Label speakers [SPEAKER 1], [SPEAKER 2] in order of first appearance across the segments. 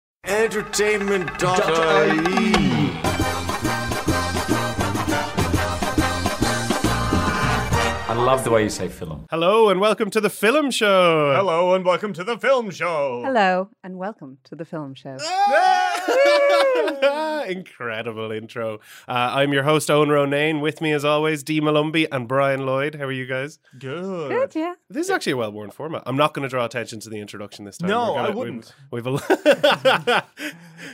[SPEAKER 1] E.
[SPEAKER 2] E.
[SPEAKER 3] entertainment.ie.
[SPEAKER 4] I love the way you say film.
[SPEAKER 2] Hello and welcome to the film show.
[SPEAKER 1] Hello and welcome to the film show.
[SPEAKER 5] Hello and welcome to the film show.
[SPEAKER 2] Incredible intro. Uh, I'm your host Owen Ronan. With me, as always, Dee Malumbi and Brian Lloyd. How are you guys?
[SPEAKER 1] Good.
[SPEAKER 5] Good, yeah.
[SPEAKER 2] This is actually a well-worn format. I'm not going to draw attention to the introduction this time.
[SPEAKER 1] No,
[SPEAKER 2] We're gonna-
[SPEAKER 1] I wouldn't.
[SPEAKER 2] We've, we've a,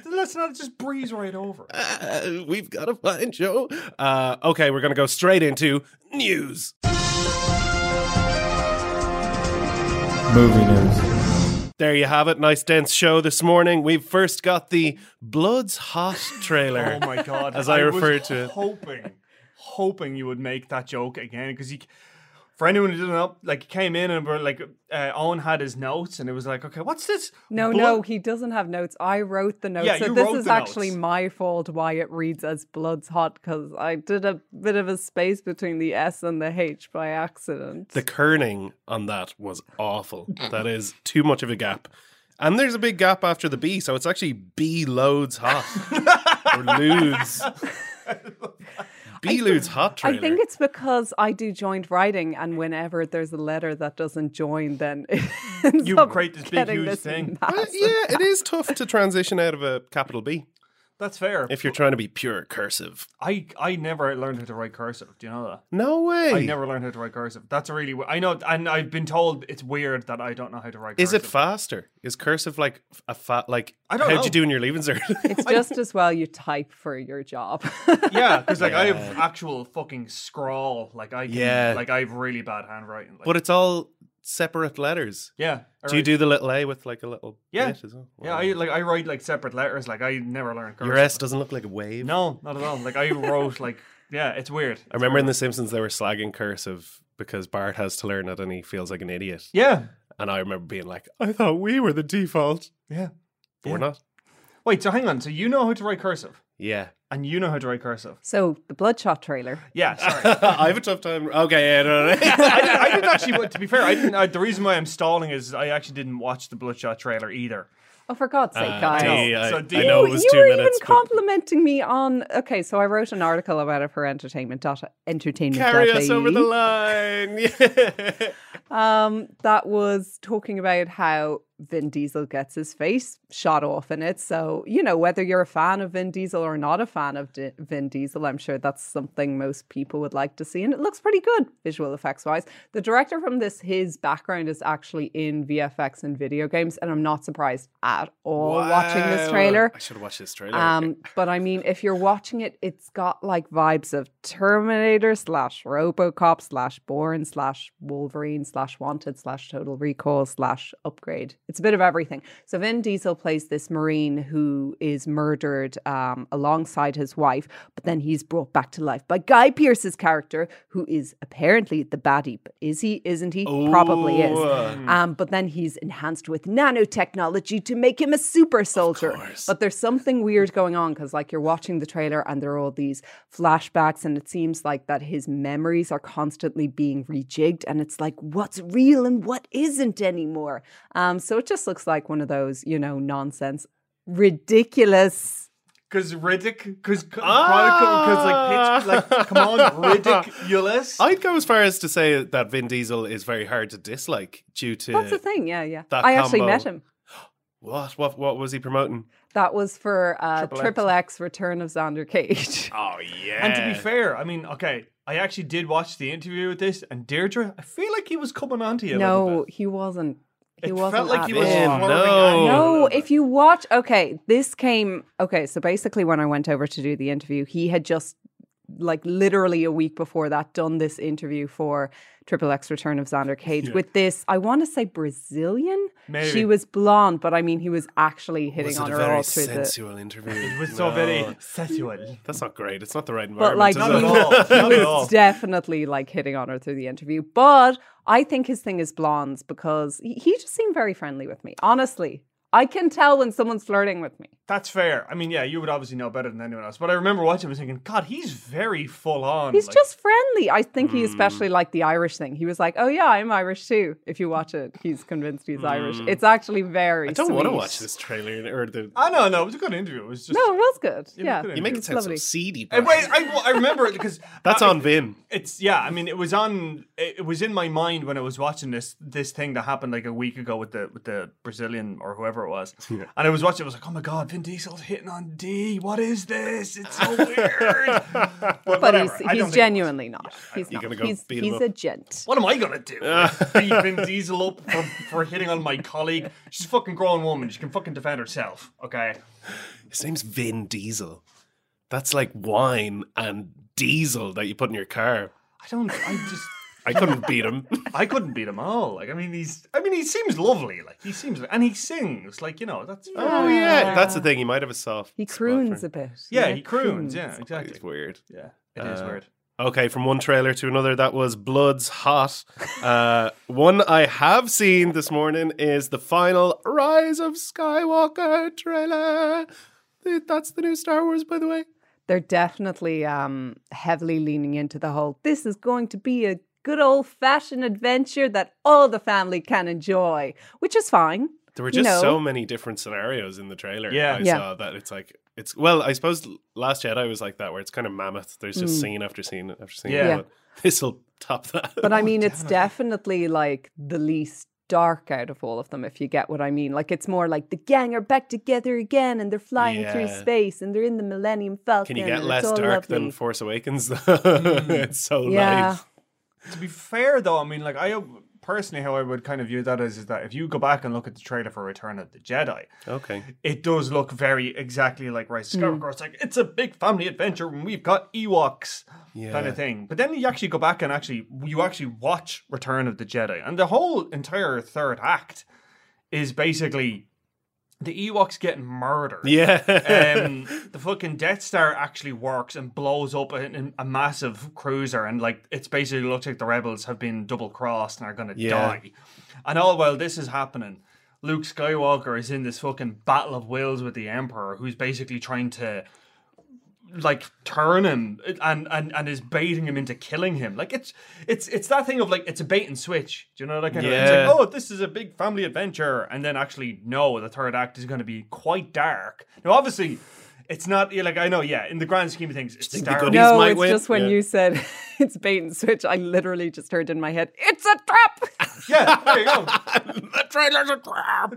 [SPEAKER 1] Let's not just breeze right over.
[SPEAKER 2] Uh, we've got a fine show. Uh, okay, we're going to go straight into news.
[SPEAKER 6] Movie news.
[SPEAKER 2] There you have it. Nice dense show this morning. We've first got the Blood's Hot trailer.
[SPEAKER 1] Oh my god!
[SPEAKER 2] As I
[SPEAKER 1] was
[SPEAKER 2] referred to it.
[SPEAKER 1] hoping, hoping you would make that joke again because you. For anyone who doesn't know, like came in and were like, uh, Owen had his notes and it was like, okay, what's this?
[SPEAKER 5] No,
[SPEAKER 1] Blood-
[SPEAKER 5] no, he doesn't have notes. I wrote the notes.
[SPEAKER 1] Yeah,
[SPEAKER 5] so
[SPEAKER 1] you
[SPEAKER 5] this
[SPEAKER 1] wrote
[SPEAKER 5] is
[SPEAKER 1] the
[SPEAKER 5] actually
[SPEAKER 1] notes.
[SPEAKER 5] my fault why it reads as Blood's Hot because I did a bit of a space between the S and the H by accident.
[SPEAKER 2] The kerning on that was awful. That is too much of a gap. And there's a big gap after the B, so it's actually B loads hot. or loads. B loads hot trailer.
[SPEAKER 5] I think it's because I do joined writing, and whenever there's a letter that doesn't join, then it ends
[SPEAKER 1] You
[SPEAKER 5] up
[SPEAKER 1] create this big,
[SPEAKER 5] getting
[SPEAKER 1] huge
[SPEAKER 5] this
[SPEAKER 1] thing.
[SPEAKER 2] Uh,
[SPEAKER 5] massive-
[SPEAKER 2] yeah, it is tough to transition out of a capital B
[SPEAKER 1] That's fair.
[SPEAKER 2] if you're trying to be pure cursive.
[SPEAKER 1] I I never learned how to write cursive. Do you know that?
[SPEAKER 2] No way.
[SPEAKER 1] I never learned how to write cursive. That's really. we- I know, and I've been told it's weird that I don't know how to write.
[SPEAKER 2] Is it
[SPEAKER 1] cursive.
[SPEAKER 2] faster? Is cursive like a fat like?
[SPEAKER 1] I don't
[SPEAKER 2] how'd
[SPEAKER 1] know.
[SPEAKER 2] you do in your leaving cert?
[SPEAKER 5] It's just as well you type for your job.
[SPEAKER 1] Yeah, because like I have actual fucking scrawl. Like I can,
[SPEAKER 2] Yeah.
[SPEAKER 1] like I have really bad handwriting. Like,
[SPEAKER 2] but it's all separate letters.
[SPEAKER 1] yeah, I
[SPEAKER 2] Do you
[SPEAKER 1] write-
[SPEAKER 2] do the little A with like a little
[SPEAKER 1] Yeah.
[SPEAKER 2] bit as well?
[SPEAKER 1] Yeah, I like I write like separate letters. Like I never learned cursive.
[SPEAKER 2] Your S doesn't look like a wave.
[SPEAKER 1] No, not at all. Like I wrote like yeah, it's weird.
[SPEAKER 2] I remember in The Simpsons they were slagging cursive because Bart has to learn it and he feels like an idiot.
[SPEAKER 1] Yeah,
[SPEAKER 2] And I remember being like, I thought we were the default.
[SPEAKER 1] yeah.
[SPEAKER 2] But we're not.
[SPEAKER 1] Wait, so hang on. So you know how to write cursive,
[SPEAKER 2] Yeah.
[SPEAKER 1] and you know how to write cursive.
[SPEAKER 5] so the Bloodshot trailer.
[SPEAKER 1] Yeah, sorry.
[SPEAKER 2] I have a tough time. Okay, yeah, no, no, no.
[SPEAKER 1] I, didn't- I didn't actually. but To be fair, I didn't. I, the reason why I'm stalling is I actually didn't watch the Bloodshot trailer either.
[SPEAKER 5] Oh, for God's sake,
[SPEAKER 2] Uh,
[SPEAKER 5] guys!
[SPEAKER 2] Dee,
[SPEAKER 1] No,
[SPEAKER 2] I,
[SPEAKER 1] so
[SPEAKER 2] I
[SPEAKER 1] Dee-
[SPEAKER 2] know
[SPEAKER 1] You-
[SPEAKER 2] Oh, it was
[SPEAKER 5] you
[SPEAKER 2] two
[SPEAKER 5] were
[SPEAKER 2] minutes.
[SPEAKER 5] even
[SPEAKER 2] but-
[SPEAKER 5] complimenting me on. Okay, so I wrote an article about it for entertainment. Dot, entertainment.
[SPEAKER 2] Carry us over the line. Yeah.
[SPEAKER 5] Um, that was talking about how Vin Diesel gets his face shot off in it. So you know whether you're a fan of Vin Diesel or not a fan of D- Vin Diesel, I'm sure that's something most people would like to see, and it looks pretty good visual effects wise. The director from this, his background is actually in VFX and video games, and I'm not surprised at all watching this
[SPEAKER 2] Wow.
[SPEAKER 5] trailer.
[SPEAKER 2] I should have watched this trailer.
[SPEAKER 5] Um, but I mean, if you're watching it, it's got like vibes of Terminator slash RoboCop slash Bourne slash Wolverine slash Wanted slash Total Recall slash Upgrade. It's a bit of everything. So Vin Diesel plays this Marine who is murdered um, alongside his wife, but then he's brought back to life by Guy Pearce's character, who is apparently the baddie. But is he? Isn't he? Probably is. Um, but then he's enhanced with nanotechnology to make him a super soldier. But there's something weird going on because, like, you're watching the trailer and there are all these flashbacks, and it seems like that his memories are constantly being rejigged, and it's like what's real and what isn't anymore. Um, so it just looks like one of those, you know, nonsense, ridiculous.
[SPEAKER 1] Because Riddick, because
[SPEAKER 2] Ah.
[SPEAKER 1] because like pitch, like come on, ridiculous.
[SPEAKER 2] I'd go as far as to say that Vin Diesel is very hard to dislike due to
[SPEAKER 5] That's the thing. Yeah, yeah.
[SPEAKER 2] That
[SPEAKER 5] I actually
[SPEAKER 2] combo.
[SPEAKER 5] met him.
[SPEAKER 2] what what what was he promoting?
[SPEAKER 5] That was for uh,
[SPEAKER 1] Triple X.
[SPEAKER 5] Triple X Return of Xander Cage.
[SPEAKER 2] Oh yeah.
[SPEAKER 1] And to be fair, I mean, okay, I actually did watch the interview with this, and Deirdre, I feel like he was coming on to you. a little
[SPEAKER 5] No,
[SPEAKER 1] bit.
[SPEAKER 5] he wasn't. He
[SPEAKER 1] it
[SPEAKER 5] wasn't
[SPEAKER 1] felt like
[SPEAKER 5] at
[SPEAKER 1] he was.
[SPEAKER 5] all.
[SPEAKER 2] Yeah,
[SPEAKER 1] swerving
[SPEAKER 2] Oh, no.
[SPEAKER 1] at you a
[SPEAKER 5] No,
[SPEAKER 1] little bit.
[SPEAKER 5] if you watch, okay, this came. Okay, so basically, when I went over to do the interview, he had just, like, literally a week before that, done this interview for Triple X Return of Xander Cage with this, I want to say Brazilian.
[SPEAKER 1] Maybe.
[SPEAKER 5] She was blonde, but I mean, he was actually hitting
[SPEAKER 2] was it
[SPEAKER 5] on
[SPEAKER 2] a
[SPEAKER 5] her
[SPEAKER 2] very
[SPEAKER 5] all through the.
[SPEAKER 2] sensual interview?
[SPEAKER 1] it was so
[SPEAKER 2] No.
[SPEAKER 1] very sensual.
[SPEAKER 2] That's not great. It's not the right
[SPEAKER 5] But
[SPEAKER 2] environment.
[SPEAKER 5] like,
[SPEAKER 2] is
[SPEAKER 1] Not
[SPEAKER 2] it?
[SPEAKER 1] at all. Not
[SPEAKER 5] he
[SPEAKER 1] at all.
[SPEAKER 5] was definitely like hitting on her through the interview. But I think his thing is blondes because he, he just seemed very friendly with me. Honestly, I can tell when someone's flirting with me.
[SPEAKER 1] That's fair. I mean, yeah, you would obviously know better than anyone else. But I remember watching him thinking, God, he's very full on.
[SPEAKER 5] He's
[SPEAKER 1] like- Hmm.
[SPEAKER 5] just friendly. I think he especially liked the Irish thing. He was like, "Oh yeah, I'm Irish too." If you watch it, he's convinced he's Irish.
[SPEAKER 1] Hmm.
[SPEAKER 5] It's actually very.
[SPEAKER 2] I don't want to
[SPEAKER 5] sweet.
[SPEAKER 2] watch this trailer or the.
[SPEAKER 1] I don't know. It was a good interview. It was just.
[SPEAKER 5] No, it was good.
[SPEAKER 1] it was
[SPEAKER 5] Yeah,
[SPEAKER 1] good.
[SPEAKER 2] You make it
[SPEAKER 5] It's
[SPEAKER 2] sound
[SPEAKER 5] lovely.
[SPEAKER 2] so seedy.
[SPEAKER 1] And wait,
[SPEAKER 2] Brian.
[SPEAKER 1] I, I remember it because
[SPEAKER 2] That's on Vim.
[SPEAKER 1] It's yeah. I mean, it was on. It, it was in my mind when I was watching this this thing that happened like a week ago with the with the Brazilian or whoever it was. And I was watching. I was like, oh my god, Vin Diesel's hitting on D. What is this? It's so weird. but
[SPEAKER 5] but
[SPEAKER 1] whatever,
[SPEAKER 5] he's,
[SPEAKER 1] I don't
[SPEAKER 5] he's
[SPEAKER 1] think-
[SPEAKER 5] genuinely not. He's not.
[SPEAKER 2] gonna go
[SPEAKER 5] he's
[SPEAKER 2] beat him
[SPEAKER 5] he's
[SPEAKER 2] up?
[SPEAKER 5] a gent.
[SPEAKER 1] What am I gonna do? Beat Vin Diesel up for, for hitting on my colleague? She's a fucking grown woman. She can fucking defend herself. Okay.
[SPEAKER 2] His name's Vin Diesel. That's like wine and diesel that you put in your car.
[SPEAKER 1] I don't. I just.
[SPEAKER 2] I couldn't beat him.
[SPEAKER 1] I couldn't beat him all. Like I mean, he's. I mean, he seems lovely. Like he seems, and he sings. Like you know, that's.
[SPEAKER 2] Oh yeah, that's the thing. He might have a soft.
[SPEAKER 5] He
[SPEAKER 2] spot
[SPEAKER 5] croons
[SPEAKER 2] for-
[SPEAKER 5] a bit.
[SPEAKER 1] Yeah, he croons. Yeah,
[SPEAKER 2] It's
[SPEAKER 1] exactly.
[SPEAKER 2] weird.
[SPEAKER 1] Yeah, it is
[SPEAKER 2] Uh,
[SPEAKER 1] weird.
[SPEAKER 2] Okay, from one trailer to another, that was Blood's Hot. Uh, one I have seen this morning is the final Rise of Skywalker trailer. Th- That's the new Star Wars, by the way.
[SPEAKER 5] They're definitely um, heavily leaning into the whole. This is going to be a good old fashioned adventure that all the family can enjoy, which is fine.
[SPEAKER 2] There were
[SPEAKER 5] You
[SPEAKER 2] just
[SPEAKER 5] know.
[SPEAKER 2] so many different scenarios in the trailer.
[SPEAKER 1] Yeah.
[SPEAKER 2] I
[SPEAKER 5] Yeah.
[SPEAKER 2] saw that it's like it's well, I suppose Last Jedi was like that, where it's kind of mammoth. There's
[SPEAKER 5] Mm.
[SPEAKER 2] just scene after scene after scene.
[SPEAKER 1] Yeah.
[SPEAKER 2] this will top that.
[SPEAKER 5] But I mean, it's definitely like the least dark out of all of them, if you get what I mean. Like, it's more like the gang are back together again and they're flying through
[SPEAKER 2] Yeah.
[SPEAKER 5] space and they're in the Millennium Falcon.
[SPEAKER 2] Can you get
[SPEAKER 5] and
[SPEAKER 2] less
[SPEAKER 5] it's all
[SPEAKER 2] dark
[SPEAKER 5] lovely.
[SPEAKER 2] than Force Awakens?
[SPEAKER 1] Mm.
[SPEAKER 2] it's so
[SPEAKER 5] Yeah.
[SPEAKER 2] light.
[SPEAKER 1] To be fair, though, I mean, like I personally, how I would kind of view that is, is that if you go back and look at the trailer for Return of the Jedi,
[SPEAKER 2] Okay.
[SPEAKER 1] it does look very exactly like Rise of
[SPEAKER 2] Hmm.
[SPEAKER 1] Skywalker. It's like it's a big family adventure, and we've got Ewoks kind
[SPEAKER 2] Yeah.
[SPEAKER 1] of thing. But then you actually go back and actually you actually watch Return of the Jedi, and the whole entire third act is basically the Ewoks getting murdered.
[SPEAKER 2] Yeah.
[SPEAKER 1] um, the fucking Death Star actually works and blows up a, a massive cruiser, and like it's basically looks like the rebels have been double crossed and are gonna
[SPEAKER 2] Yeah.
[SPEAKER 1] die. And all while this is happening, Luke Skywalker is in this fucking battle of wills with the Emperor, who's basically trying to like turn him and and and is baiting him into killing him. Like it's it's it's that thing of like it's a bait and switch. Do you know that kind of thing?
[SPEAKER 2] Yeah.
[SPEAKER 1] It's like, oh, this is a big family adventure, and then actually no, the third act is going to be quite dark. Now, obviously, it's not yeah, like I know. Yeah, in the grand scheme of things, it's
[SPEAKER 2] think the
[SPEAKER 1] dark.
[SPEAKER 2] goodies-
[SPEAKER 5] No,
[SPEAKER 2] might
[SPEAKER 5] it's
[SPEAKER 2] win.
[SPEAKER 5] just when
[SPEAKER 2] Yeah.
[SPEAKER 5] you said it's bait and switch, I literally just heard in my head, it's a trap!
[SPEAKER 1] Yeah, there you go.
[SPEAKER 2] the trailer's a trap.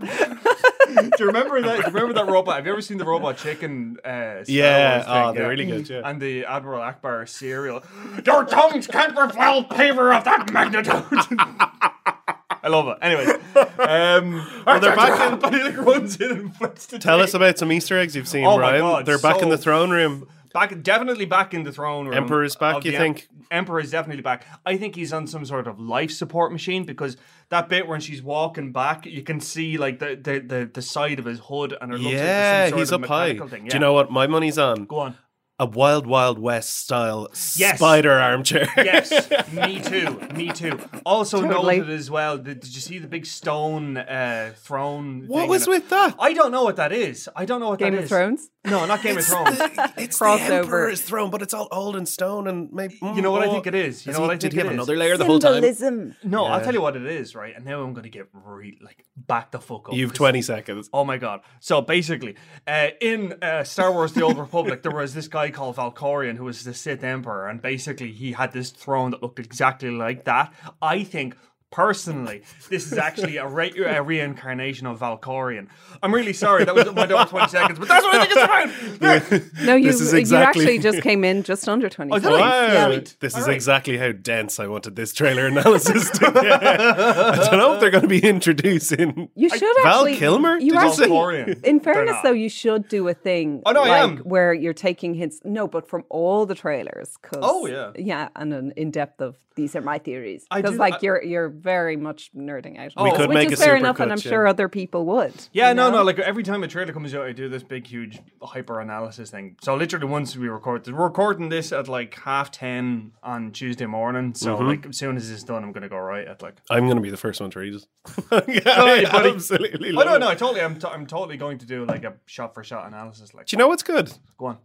[SPEAKER 1] Do you remember that? Do you remember that robot? Have you ever seen the robot chicken? Uh, Star
[SPEAKER 2] Yeah.
[SPEAKER 1] Wars thing? Mm.
[SPEAKER 2] Oh, they're really good. Yeah.
[SPEAKER 1] And the Admiral Akbar cereal. Your tongues can't revel paper of that magnitude. I love it. Anyway, um, well,
[SPEAKER 2] they're back in-
[SPEAKER 1] but he like runs in and flips the.
[SPEAKER 2] Tell
[SPEAKER 1] tape.
[SPEAKER 2] us about some Easter eggs you've seen,
[SPEAKER 1] Oh my
[SPEAKER 2] Ryan.
[SPEAKER 1] God,
[SPEAKER 2] They're back in
[SPEAKER 1] so-
[SPEAKER 2] the throne room.
[SPEAKER 1] Back, definitely back in the throne room.
[SPEAKER 2] Emperor's back,
[SPEAKER 1] of
[SPEAKER 2] you
[SPEAKER 1] the
[SPEAKER 2] think?
[SPEAKER 1] Emperor is definitely back. I think he's on some sort of life support machine because that bit when she's walking back, you can see like the the, the, the side of his hood, and it looks like there's some
[SPEAKER 2] Yeah,
[SPEAKER 1] sort
[SPEAKER 2] he's
[SPEAKER 1] of
[SPEAKER 2] up high.
[SPEAKER 1] mechanical Thing.
[SPEAKER 2] Do
[SPEAKER 1] Yeah.
[SPEAKER 2] you know what my money's on?
[SPEAKER 1] Go on.
[SPEAKER 2] A Wild Wild West style
[SPEAKER 1] Yes.
[SPEAKER 2] spider armchair.
[SPEAKER 1] Yes, me too. Me too. Also
[SPEAKER 5] Totally.
[SPEAKER 1] noted as well. Did, did you see the big stone uh, throne?
[SPEAKER 2] What
[SPEAKER 1] thing
[SPEAKER 2] was
[SPEAKER 1] in it?
[SPEAKER 2] with that?
[SPEAKER 1] I don't know what that is. I don't know what
[SPEAKER 5] Game
[SPEAKER 1] that
[SPEAKER 5] of
[SPEAKER 1] is.
[SPEAKER 5] Thrones?
[SPEAKER 1] No, not Game of Thrones.
[SPEAKER 2] It's
[SPEAKER 5] Crossover.
[SPEAKER 2] the Emperor's throne, but it's all old and stone and maybe.
[SPEAKER 1] You know what I think it is? You know what I
[SPEAKER 2] Did
[SPEAKER 1] think
[SPEAKER 2] he
[SPEAKER 1] it
[SPEAKER 2] have
[SPEAKER 1] is?
[SPEAKER 2] another layer the whole time?
[SPEAKER 5] Symbolism.
[SPEAKER 1] No, I'll tell you what it is, right? And now I'm going to get re- like back the fuck up.
[SPEAKER 2] You've
[SPEAKER 1] 'cause-
[SPEAKER 2] twenty seconds.
[SPEAKER 1] Oh my god! So basically, uh, in uh, Star Wars: The Old Republic, there was this guy called Valkorion who was the Sith Emperor, and basically he had this throne that looked exactly like that. I think. Personally, this is actually a, re- a reincarnation of Valkorion. I'm really sorry that was my over 20 seconds, but that's what I think it's about. Yeah.
[SPEAKER 5] No, you,
[SPEAKER 2] This is
[SPEAKER 5] you
[SPEAKER 2] exactly-
[SPEAKER 5] actually just came in just under 20.
[SPEAKER 1] Oh, did I? Yeah. Sweet.
[SPEAKER 2] This
[SPEAKER 1] All
[SPEAKER 2] is
[SPEAKER 1] right.
[SPEAKER 2] exactly how dense I wanted this trailer analysis to get. I don't know if they're going to be introducing
[SPEAKER 5] You should
[SPEAKER 2] Val
[SPEAKER 5] actually.
[SPEAKER 2] Kilmer.
[SPEAKER 5] You
[SPEAKER 2] Did you say?
[SPEAKER 5] actually,
[SPEAKER 1] Valkorion.
[SPEAKER 5] in
[SPEAKER 1] They're
[SPEAKER 5] fairness,
[SPEAKER 1] not.
[SPEAKER 5] though, you should do a thing.
[SPEAKER 1] Oh, no, I
[SPEAKER 5] like,
[SPEAKER 1] am.
[SPEAKER 5] Where you're taking hints. No, but from all the trailers. 'cause-
[SPEAKER 1] Oh, yeah.
[SPEAKER 5] Yeah, and an in depth of these are my theories
[SPEAKER 1] I
[SPEAKER 5] because
[SPEAKER 1] do-
[SPEAKER 5] like
[SPEAKER 1] I-
[SPEAKER 5] your your very much nerding out.
[SPEAKER 1] We
[SPEAKER 5] on this,
[SPEAKER 1] could
[SPEAKER 5] which
[SPEAKER 2] make
[SPEAKER 5] is
[SPEAKER 2] a
[SPEAKER 5] fair
[SPEAKER 2] supercut,
[SPEAKER 5] enough, and I'm
[SPEAKER 2] yeah.
[SPEAKER 5] sure other people would.
[SPEAKER 1] Yeah, no, no. Like every time a trailer comes out, I do this big, huge hyper analysis thing. So literally, once we record this, we're recording this at like half ten on Tuesday morning. So like, as soon as it's done, I'm gonna go right at like.
[SPEAKER 2] I'm going to be the first one to read it.
[SPEAKER 1] Sorry,
[SPEAKER 2] I
[SPEAKER 1] buddy.
[SPEAKER 2] absolutely
[SPEAKER 1] Oh
[SPEAKER 2] love
[SPEAKER 1] no,
[SPEAKER 2] it.
[SPEAKER 1] no, I totally, I'm, t- I'm totally going to do like a shot for shot analysis. Like,
[SPEAKER 2] Do you know what's good?
[SPEAKER 1] go on.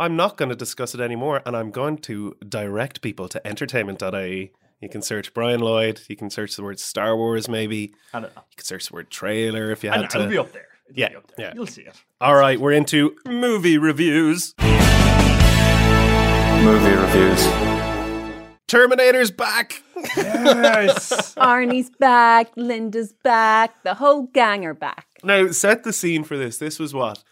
[SPEAKER 2] I'm not going to discuss it anymore, and I'm going to direct people to entertainment.ie. E. You can search Brian Lloyd. You can search the word Star Wars, maybe. You
[SPEAKER 1] I don't know.
[SPEAKER 2] can search the word trailer if you
[SPEAKER 1] And
[SPEAKER 2] had
[SPEAKER 1] it'll
[SPEAKER 2] to.
[SPEAKER 1] be up there. It'll
[SPEAKER 2] Yeah,
[SPEAKER 1] be up there.
[SPEAKER 2] yeah.
[SPEAKER 1] You'll see it.
[SPEAKER 2] All right, we're into movie reviews.
[SPEAKER 6] Movie reviews.
[SPEAKER 2] Terminator's back.
[SPEAKER 1] Yes.
[SPEAKER 5] Arnie's back, Linda's back, the whole gang are back.
[SPEAKER 2] Now, set the scene for this. This was what?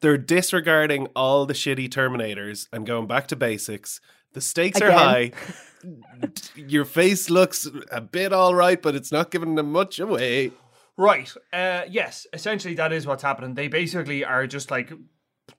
[SPEAKER 2] They're disregarding all the shitty Terminators and going back to basics. The stakes are
[SPEAKER 5] Again.
[SPEAKER 2] high. Your face looks a bit all right, but it's not giving them much away.
[SPEAKER 1] Right. Uh, yes. Essentially, that is what's happening. They basically are just like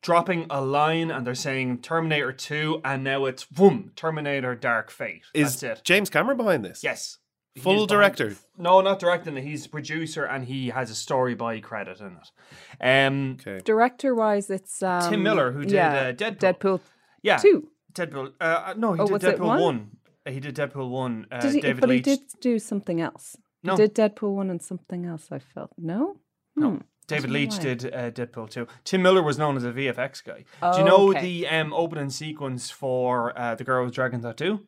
[SPEAKER 1] dropping a line, and they're saying Terminator Two, and now it's boom, Terminator Dark Fate.
[SPEAKER 2] Is
[SPEAKER 1] That's it.
[SPEAKER 2] James Cameron behind this?
[SPEAKER 1] Yes.
[SPEAKER 2] Full
[SPEAKER 1] He's behind-
[SPEAKER 2] director.
[SPEAKER 1] No, not directing. it. He's a producer, and he has a story by credit in it. Um,
[SPEAKER 5] Director wise, it's um,
[SPEAKER 1] Miller, who did, uh, Deadpool.
[SPEAKER 5] Deadpool
[SPEAKER 1] yeah,
[SPEAKER 5] two.
[SPEAKER 1] Deadpool. Uh, Uh, no, he
[SPEAKER 5] Oh,
[SPEAKER 1] did
[SPEAKER 5] was
[SPEAKER 1] Deadpool
[SPEAKER 5] it
[SPEAKER 1] one.
[SPEAKER 5] one?
[SPEAKER 1] He did Deadpool one. Uh,
[SPEAKER 5] Did he,
[SPEAKER 1] David
[SPEAKER 5] but
[SPEAKER 1] Leitch.
[SPEAKER 5] he did do something else.
[SPEAKER 1] No.
[SPEAKER 5] He did Deadpool one and something else. I felt no. Hmm.
[SPEAKER 1] David
[SPEAKER 5] Wasn't
[SPEAKER 1] Leach
[SPEAKER 5] aware.
[SPEAKER 1] did uh, Deadpool too. Tim Miller was known as a VFX guy. Do you know
[SPEAKER 5] Okay.
[SPEAKER 1] the um, opening sequence for uh, The Girl with Dragon Tattoo?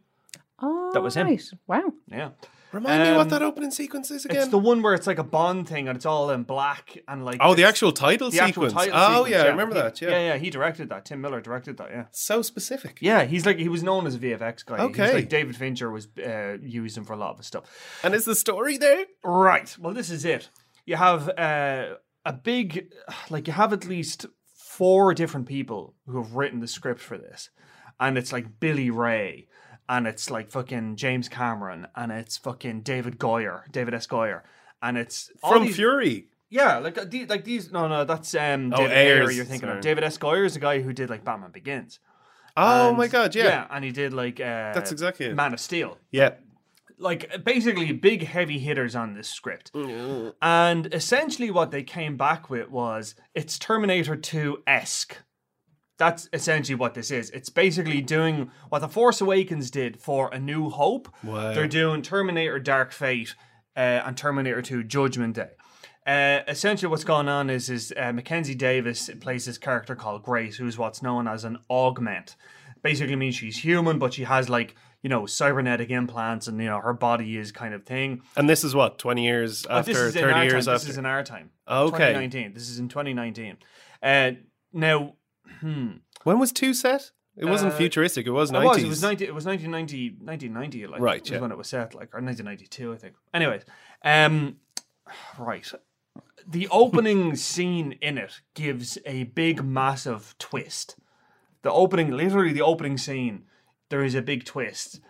[SPEAKER 1] That was him.
[SPEAKER 5] Alright, Wow.
[SPEAKER 1] Yeah.
[SPEAKER 2] Remind me what
[SPEAKER 1] Um,
[SPEAKER 2] that opening sequence is again.
[SPEAKER 1] It's the one where it's like a Bond thing and it's all in black and like.
[SPEAKER 2] oh, the
[SPEAKER 1] it's-
[SPEAKER 2] actual title
[SPEAKER 1] the actual
[SPEAKER 2] sequence.
[SPEAKER 1] title
[SPEAKER 2] oh,
[SPEAKER 1] sequence,
[SPEAKER 2] yeah, I remember
[SPEAKER 1] He-
[SPEAKER 2] that. Yeah.
[SPEAKER 1] yeah, yeah. He directed that. Tim Miller directed that. Yeah.
[SPEAKER 2] So specific.
[SPEAKER 1] Yeah, he's like he was known as a VFX guy. He was
[SPEAKER 2] Okay.
[SPEAKER 1] like David Fincher was uh, using for a lot of his stuff.
[SPEAKER 2] And is the story there?
[SPEAKER 1] Right. Well, this is it. You have uh, a big, like, you have at least four different people who have written the script for this. And it's like Billy Ray, and it's like fucking James Cameron, and it's fucking David Goyer, David S. Goyer. And it's all
[SPEAKER 2] From
[SPEAKER 1] these-
[SPEAKER 2] Fury.
[SPEAKER 1] yeah, like uh, the, like these. No, no, that's um.
[SPEAKER 2] Oh,
[SPEAKER 1] David Ayer
[SPEAKER 2] Ayers,
[SPEAKER 1] You're thinking
[SPEAKER 2] sorry.
[SPEAKER 1] of David S. Goyer is the guy who did like Batman Begins.
[SPEAKER 2] Oh,
[SPEAKER 1] And-
[SPEAKER 2] my God. Yeah.
[SPEAKER 1] yeah, and he did like uh,
[SPEAKER 2] That's exactly it.
[SPEAKER 1] Man of Steel
[SPEAKER 2] yeah.
[SPEAKER 1] like basically big heavy hitters on this script. And essentially what they came back with was it's Terminator 2 esque. That's essentially what this is. It's basically doing what The Force Awakens did for A New Hope.
[SPEAKER 2] Wow.
[SPEAKER 1] They're doing Terminator Dark Fate uh, and Terminator 2 Judgment Day. Uh, essentially, what's going on is is uh, Mackenzie Davis plays this character called Grace, who's what's known as an augment. Basically, means she's human, but she has like you know cybernetic implants, and you know her body is kind of thing.
[SPEAKER 2] And this is what, 20 years
[SPEAKER 1] But
[SPEAKER 2] after,
[SPEAKER 1] Oh, this is in
[SPEAKER 2] 30
[SPEAKER 1] our
[SPEAKER 2] years
[SPEAKER 1] time.
[SPEAKER 2] after?
[SPEAKER 1] This is in our time.
[SPEAKER 2] Okay.
[SPEAKER 1] 2019. This is in 2019. Uh, now, hmm.
[SPEAKER 2] When was two set? It wasn't
[SPEAKER 1] Uh,
[SPEAKER 2] futuristic. It was
[SPEAKER 1] It
[SPEAKER 2] nineties.
[SPEAKER 1] was. It was ninety. It was 1990, 1990 Like
[SPEAKER 2] Right,
[SPEAKER 1] was
[SPEAKER 2] yeah.
[SPEAKER 1] when it was set. Like or nineteen ninety two, I think. Anyways, um, right. The opening scene in it gives a big, massive twist. The opening, literally the opening scene, there is a big twist.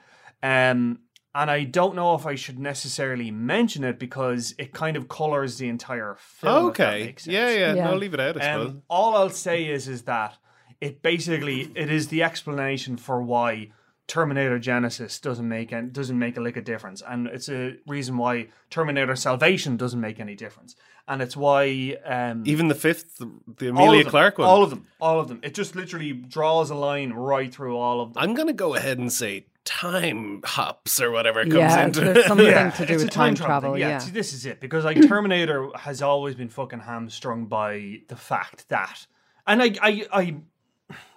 [SPEAKER 1] Um, and I don't know if I should necessarily mention it because it kind of colors the entire film. if Oh, that
[SPEAKER 2] okay.
[SPEAKER 1] makes sense.
[SPEAKER 2] Yeah, yeah,
[SPEAKER 5] Yeah.
[SPEAKER 2] No, leave it out. I suppose.
[SPEAKER 1] Um, all I'll say is is that it basically it is the explanation for why Terminator Genesis doesn't make any, doesn't make a lick of difference, and it's a reason why Terminator Salvation doesn't make any difference, and it's why um,
[SPEAKER 2] Even the fifth, the
[SPEAKER 1] all of
[SPEAKER 2] Amelia
[SPEAKER 1] them-
[SPEAKER 2] Clark one.
[SPEAKER 1] all of them, all of them. It just literally draws a line right through all of them.
[SPEAKER 2] I'm gonna go ahead and say time hops or whatever comes
[SPEAKER 5] Yeah,
[SPEAKER 2] into
[SPEAKER 5] there's
[SPEAKER 2] it.
[SPEAKER 5] something
[SPEAKER 1] Yeah,
[SPEAKER 5] to do
[SPEAKER 1] it's
[SPEAKER 5] with
[SPEAKER 1] a
[SPEAKER 5] time, travel.
[SPEAKER 1] thing.
[SPEAKER 5] yeah.
[SPEAKER 1] see, this is it because like Terminator has always been fucking hamstrung by the fact that, and I, I, I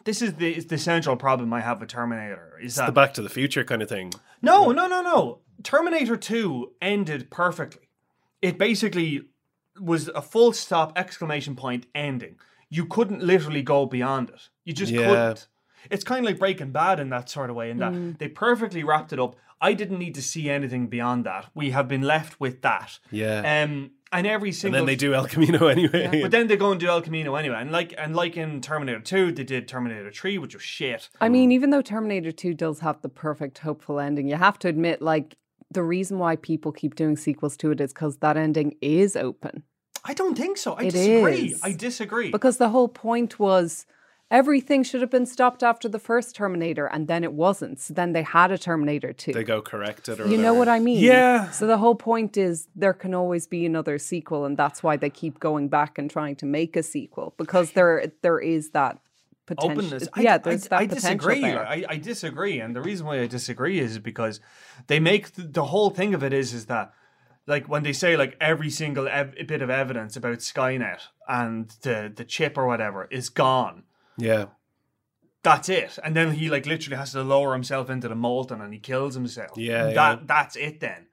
[SPEAKER 1] this is the is the central problem I have with Terminator is
[SPEAKER 2] the
[SPEAKER 1] that
[SPEAKER 2] Back to the Future kind of thing.
[SPEAKER 1] no, no, no, no. Terminator Two ended perfectly. It basically was a full stop exclamation point ending. You couldn't literally go beyond it. You just
[SPEAKER 2] Yeah.
[SPEAKER 1] couldn't. It's kind of like Breaking Bad in that sort of way, in that
[SPEAKER 5] Mm.
[SPEAKER 1] they perfectly wrapped it up. I didn't need to see anything beyond that. We have been left with that.
[SPEAKER 2] Yeah.
[SPEAKER 1] Um, and every
[SPEAKER 2] and
[SPEAKER 1] single
[SPEAKER 2] then they do El Camino anyway.
[SPEAKER 1] but then they go and do El Camino anyway. And like and like in Terminator Two, they did Terminator Three, which was shit.
[SPEAKER 5] I mean, even though Terminator 2 does have the perfect hopeful ending, you have to admit, like, the reason why people keep doing sequels to it is because that ending is open.
[SPEAKER 1] I don't think so. I
[SPEAKER 5] It
[SPEAKER 1] disagree.
[SPEAKER 5] is.
[SPEAKER 1] I disagree.
[SPEAKER 5] Because the whole point was Everything should have been stopped after the first Terminator, and then it wasn't. So then they had a Terminator 2.
[SPEAKER 2] They go correct it or
[SPEAKER 5] you know
[SPEAKER 2] whatever.
[SPEAKER 5] what I mean?
[SPEAKER 1] Yeah.
[SPEAKER 5] So the whole point is there can always be another sequel, and that's why they keep going back and trying to make a sequel because there there is that potential.
[SPEAKER 1] openness. I-
[SPEAKER 5] Yeah,
[SPEAKER 1] I,
[SPEAKER 5] there's
[SPEAKER 1] I,
[SPEAKER 5] that potential
[SPEAKER 1] disagree.
[SPEAKER 5] there.
[SPEAKER 1] I, I disagree, and the reason why I disagree is because they make th- the whole thing of it is is that like when they say like every single ev- bit of evidence about Skynet and the the chip or whatever is gone.
[SPEAKER 2] Yeah.
[SPEAKER 1] That's it, and then he like literally has to lower himself into the molten, and he kills himself.
[SPEAKER 2] Yeah,
[SPEAKER 1] And
[SPEAKER 2] yeah.
[SPEAKER 1] that that's it then.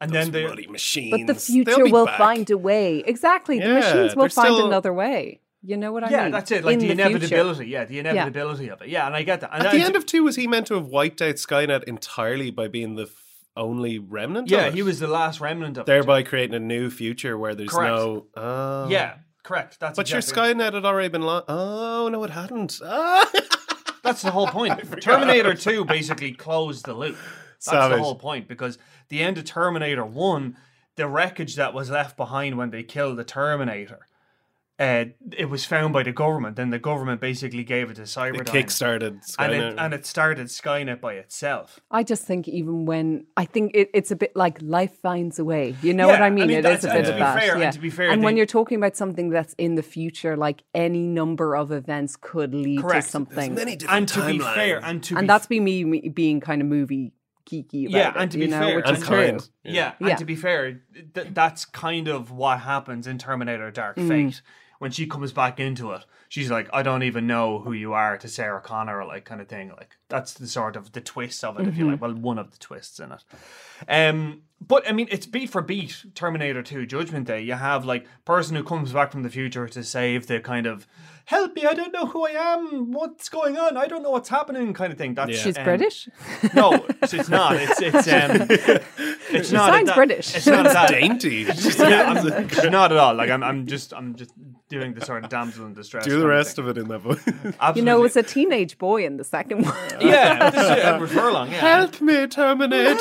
[SPEAKER 1] And then they
[SPEAKER 2] Bloody machines.
[SPEAKER 5] but the
[SPEAKER 2] They'll
[SPEAKER 5] future
[SPEAKER 2] be
[SPEAKER 5] will
[SPEAKER 2] back.
[SPEAKER 5] find a way. Exactly. The
[SPEAKER 2] Yeah,
[SPEAKER 5] machines will
[SPEAKER 2] they're
[SPEAKER 5] find
[SPEAKER 2] still-
[SPEAKER 5] another way. You know what I
[SPEAKER 1] yeah,
[SPEAKER 5] mean?
[SPEAKER 1] that's it. Like
[SPEAKER 5] In
[SPEAKER 1] the,
[SPEAKER 5] future.
[SPEAKER 1] inevitability. Yeah, the inevitability of it. Yeah, and I get that. And
[SPEAKER 2] At
[SPEAKER 1] I
[SPEAKER 2] the
[SPEAKER 1] do-
[SPEAKER 2] end of two, was he meant to have wiped out Skynet entirely by being the f- only remnant?
[SPEAKER 1] yeah,
[SPEAKER 2] of it?
[SPEAKER 1] he was the last remnant of it.
[SPEAKER 2] thereby creating a new future where there's
[SPEAKER 1] Correct.
[SPEAKER 2] no. Oh.
[SPEAKER 1] Yeah, correct. That's
[SPEAKER 2] But
[SPEAKER 1] exactly
[SPEAKER 2] your Skynet had already been long. Oh no, it hadn't. Ah.
[SPEAKER 1] That's the whole point. Terminator 2 basically closed the loop. That's
[SPEAKER 2] Savage.
[SPEAKER 1] the whole point because the end of Terminator 1, the wreckage that was left behind when they killed the Terminator, uh, it was found by the government. Then the government basically gave it to
[SPEAKER 2] It
[SPEAKER 1] Cyberdyne.
[SPEAKER 2] kickstarted
[SPEAKER 1] and
[SPEAKER 2] Skynet.
[SPEAKER 1] it, and it started Skynet by itself.
[SPEAKER 5] I just think even when I think it, it's a bit like life finds a way. You know
[SPEAKER 1] Yeah,
[SPEAKER 5] what
[SPEAKER 1] I
[SPEAKER 5] I mean?
[SPEAKER 1] mean,
[SPEAKER 5] it is
[SPEAKER 1] that's-
[SPEAKER 5] a
[SPEAKER 1] and
[SPEAKER 5] bit
[SPEAKER 2] to
[SPEAKER 5] of
[SPEAKER 2] be
[SPEAKER 5] that.
[SPEAKER 1] fair- and
[SPEAKER 5] yeah.
[SPEAKER 1] to be fair,
[SPEAKER 5] and when
[SPEAKER 1] they-
[SPEAKER 5] you're talking about something that's in the future, like any number of events could lead
[SPEAKER 1] Correct.
[SPEAKER 5] to something,
[SPEAKER 1] And to be fair, and to be
[SPEAKER 5] and that's be me, me being kind of movie geeky. About
[SPEAKER 1] yeah,
[SPEAKER 5] it,
[SPEAKER 1] and to
[SPEAKER 5] you
[SPEAKER 1] be
[SPEAKER 5] know,
[SPEAKER 1] fair,
[SPEAKER 5] which
[SPEAKER 2] and
[SPEAKER 5] is
[SPEAKER 2] kind.
[SPEAKER 5] true.
[SPEAKER 1] Yeah,
[SPEAKER 5] Yeah.
[SPEAKER 1] and to be fair, th- that's kind of what happens in Terminator Dark
[SPEAKER 5] Mm.
[SPEAKER 1] Fate. When she comes back into it, she's like, "I don't even know who you are," to Sarah Connor, like kind of thing. Like that's the sort of the twist of it, if you
[SPEAKER 5] Mm-hmm.
[SPEAKER 1] like. Well, one of the twists in it. Um, but I mean, it's beat for beat Terminator Two Judgment Day. You have like person who comes back from the future to save the kind of help me. I don't know who I am. What's going on? I don't know what's happening. Kind of thing. That's
[SPEAKER 5] She's
[SPEAKER 1] um,
[SPEAKER 5] British.
[SPEAKER 1] no, it's not. It's it's um, it's not.
[SPEAKER 5] sounds
[SPEAKER 1] that-
[SPEAKER 5] British.
[SPEAKER 1] It's not that.
[SPEAKER 2] dainty.
[SPEAKER 1] Yeah, I'm- it's not at all. Like I'm, I'm just, I'm just doing the sort of damsel in distress.
[SPEAKER 2] Do the rest of it in that voice.
[SPEAKER 1] Absolutely.
[SPEAKER 5] You know, it's a teenage boy in the second one.
[SPEAKER 1] yeah, this is Edward Furlong. Yeah.
[SPEAKER 2] Help me, Terminator.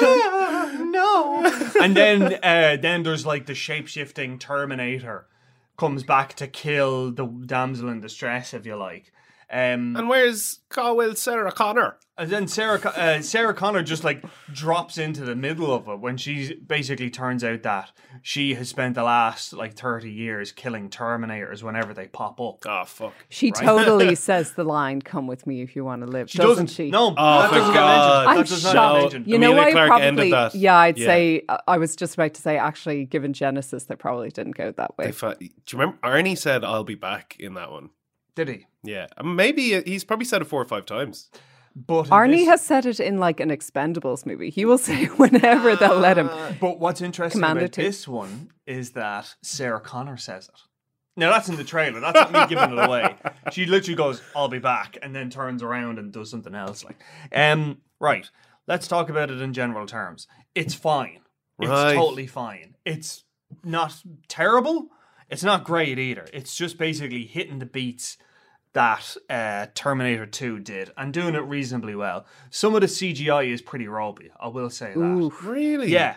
[SPEAKER 1] no. And then, uh, then there's like the shape shifting Terminator comes back to kill the damsel in distress, if you like. Um,
[SPEAKER 2] and where's Cowell Sarah Connor?
[SPEAKER 1] And then Sarah Co- uh, Sarah Connor just like drops into the middle of it when she basically turns out that she has spent the last like 30 years killing Terminators whenever they pop up.
[SPEAKER 2] Oh fuck.
[SPEAKER 5] She totally says the line, "Come with me if you want to live,"
[SPEAKER 1] She
[SPEAKER 5] doesn't, she?
[SPEAKER 1] No,
[SPEAKER 2] Oh,
[SPEAKER 1] that
[SPEAKER 2] for
[SPEAKER 1] doesn't
[SPEAKER 2] God.
[SPEAKER 1] Get mentioned.
[SPEAKER 5] I'm
[SPEAKER 1] That does not get
[SPEAKER 5] shocked.
[SPEAKER 1] mentioned.
[SPEAKER 5] You know,
[SPEAKER 2] Amelia
[SPEAKER 5] I
[SPEAKER 2] Clarke
[SPEAKER 5] probably
[SPEAKER 2] ended that.
[SPEAKER 5] yeah, I'd
[SPEAKER 2] Yeah.
[SPEAKER 5] say uh, I- I was just about to say actually, given Genesis, they probably didn't go that way.
[SPEAKER 2] They fa- Do you remember Arnie said I'll be back in that one?
[SPEAKER 1] Did he?
[SPEAKER 2] Yeah, maybe he's probably said it four or five times.
[SPEAKER 1] But in
[SPEAKER 5] Arnie
[SPEAKER 1] this-
[SPEAKER 5] has said it in like an Expendables movie. He will say it whenever they'll let him.
[SPEAKER 1] But what's interesting
[SPEAKER 5] Commander
[SPEAKER 1] about
[SPEAKER 5] two.
[SPEAKER 1] this one is that Sarah Connor says it. Now that's in the trailer. That's not me giving it away. She literally goes, "I'll be back," and then turns around and does something else. Like, um, right. Let's talk about it in general terms. It's fine.
[SPEAKER 2] Right.
[SPEAKER 1] It's totally fine. It's not terrible. It's not great either. It's just basically hitting the beats that uh, Terminator 2 did and doing it reasonably well. Some of the CGI is pretty ropey, I will say that.
[SPEAKER 2] Really?
[SPEAKER 1] Yeah,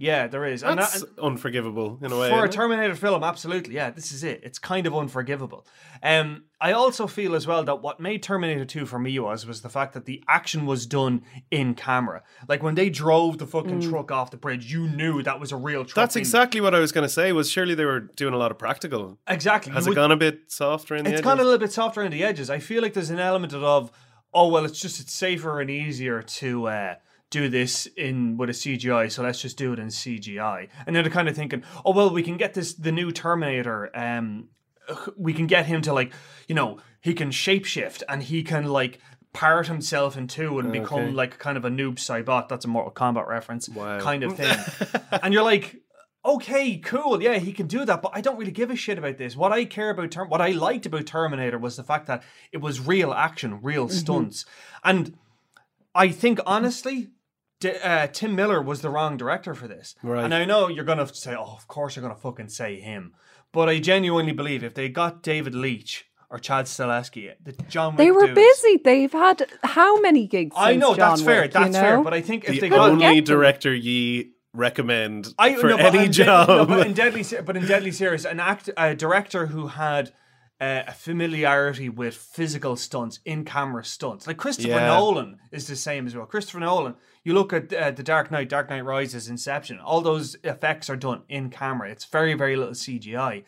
[SPEAKER 1] yeah, there is. And
[SPEAKER 2] that's
[SPEAKER 1] that-
[SPEAKER 2] unforgivable in a way.
[SPEAKER 1] for a
[SPEAKER 2] isn't it?
[SPEAKER 1] Terminator film, absolutely. Yeah, this is it. It's kind of unforgivable. Um, I also feel as well that what made Terminator 2 for me was was the fact that the action was done in camera. Like when they drove the fucking truck off the bridge, you knew that was a real truck.
[SPEAKER 2] Mm. That's
[SPEAKER 1] in-
[SPEAKER 2] exactly what I was going to say. Was surely they were doing a lot of practical.
[SPEAKER 1] exactly.
[SPEAKER 2] Has
[SPEAKER 1] You
[SPEAKER 2] it
[SPEAKER 1] would-
[SPEAKER 2] gone a bit softer in the
[SPEAKER 1] It's
[SPEAKER 2] edges?
[SPEAKER 1] gone a little bit softer on the edges. I feel like there's an element of, oh well, it's just it's safer and easier to uh, do this in with a CGI, so let's just do it in CGI. And then they're kind of thinking, oh well, we can get this the new Terminator. Um, we can get him to like, you know, he can shapeshift and he can like part himself in two and become like kind of a noob cybot. That's a Mortal Kombat reference kind of thing. and you're like okay, cool, yeah, he can do that, but I don't really give a shit about this. What I care about, Term- what I liked about Terminator was the fact that it was real action, real stunts, and I think honestly. D- uh, Tim Miller was the wrong director for this,
[SPEAKER 2] Right.
[SPEAKER 1] and I know you're gonna say, "Oh, of course you're gonna fucking say him," but I genuinely believe if they got David Leitch or Chad Stileski, the John Wick
[SPEAKER 5] They were
[SPEAKER 1] dudes-
[SPEAKER 5] busy. They've had how many gigs?
[SPEAKER 1] I
[SPEAKER 5] since
[SPEAKER 1] know
[SPEAKER 5] John
[SPEAKER 1] that's fair,
[SPEAKER 5] Wick, you
[SPEAKER 1] that's fair,
[SPEAKER 5] know?
[SPEAKER 1] but I think if they
[SPEAKER 2] the
[SPEAKER 1] got
[SPEAKER 5] get
[SPEAKER 2] only
[SPEAKER 5] them.
[SPEAKER 2] director ye recommend
[SPEAKER 1] I,
[SPEAKER 2] for
[SPEAKER 1] no, but
[SPEAKER 2] any
[SPEAKER 1] in Dead-
[SPEAKER 2] job.
[SPEAKER 1] no, but in Deadly, Se- but in Deadly Serious, an act, a director who had uh, a familiarity with physical stunts, in camera stunts. Like Christopher
[SPEAKER 2] Yeah.
[SPEAKER 1] Nolan is the same as well. Christopher Nolan, you look at uh, The Dark Knight, Dark Knight Rises, Inception, all those effects are done in camera. It's very, very little CGI.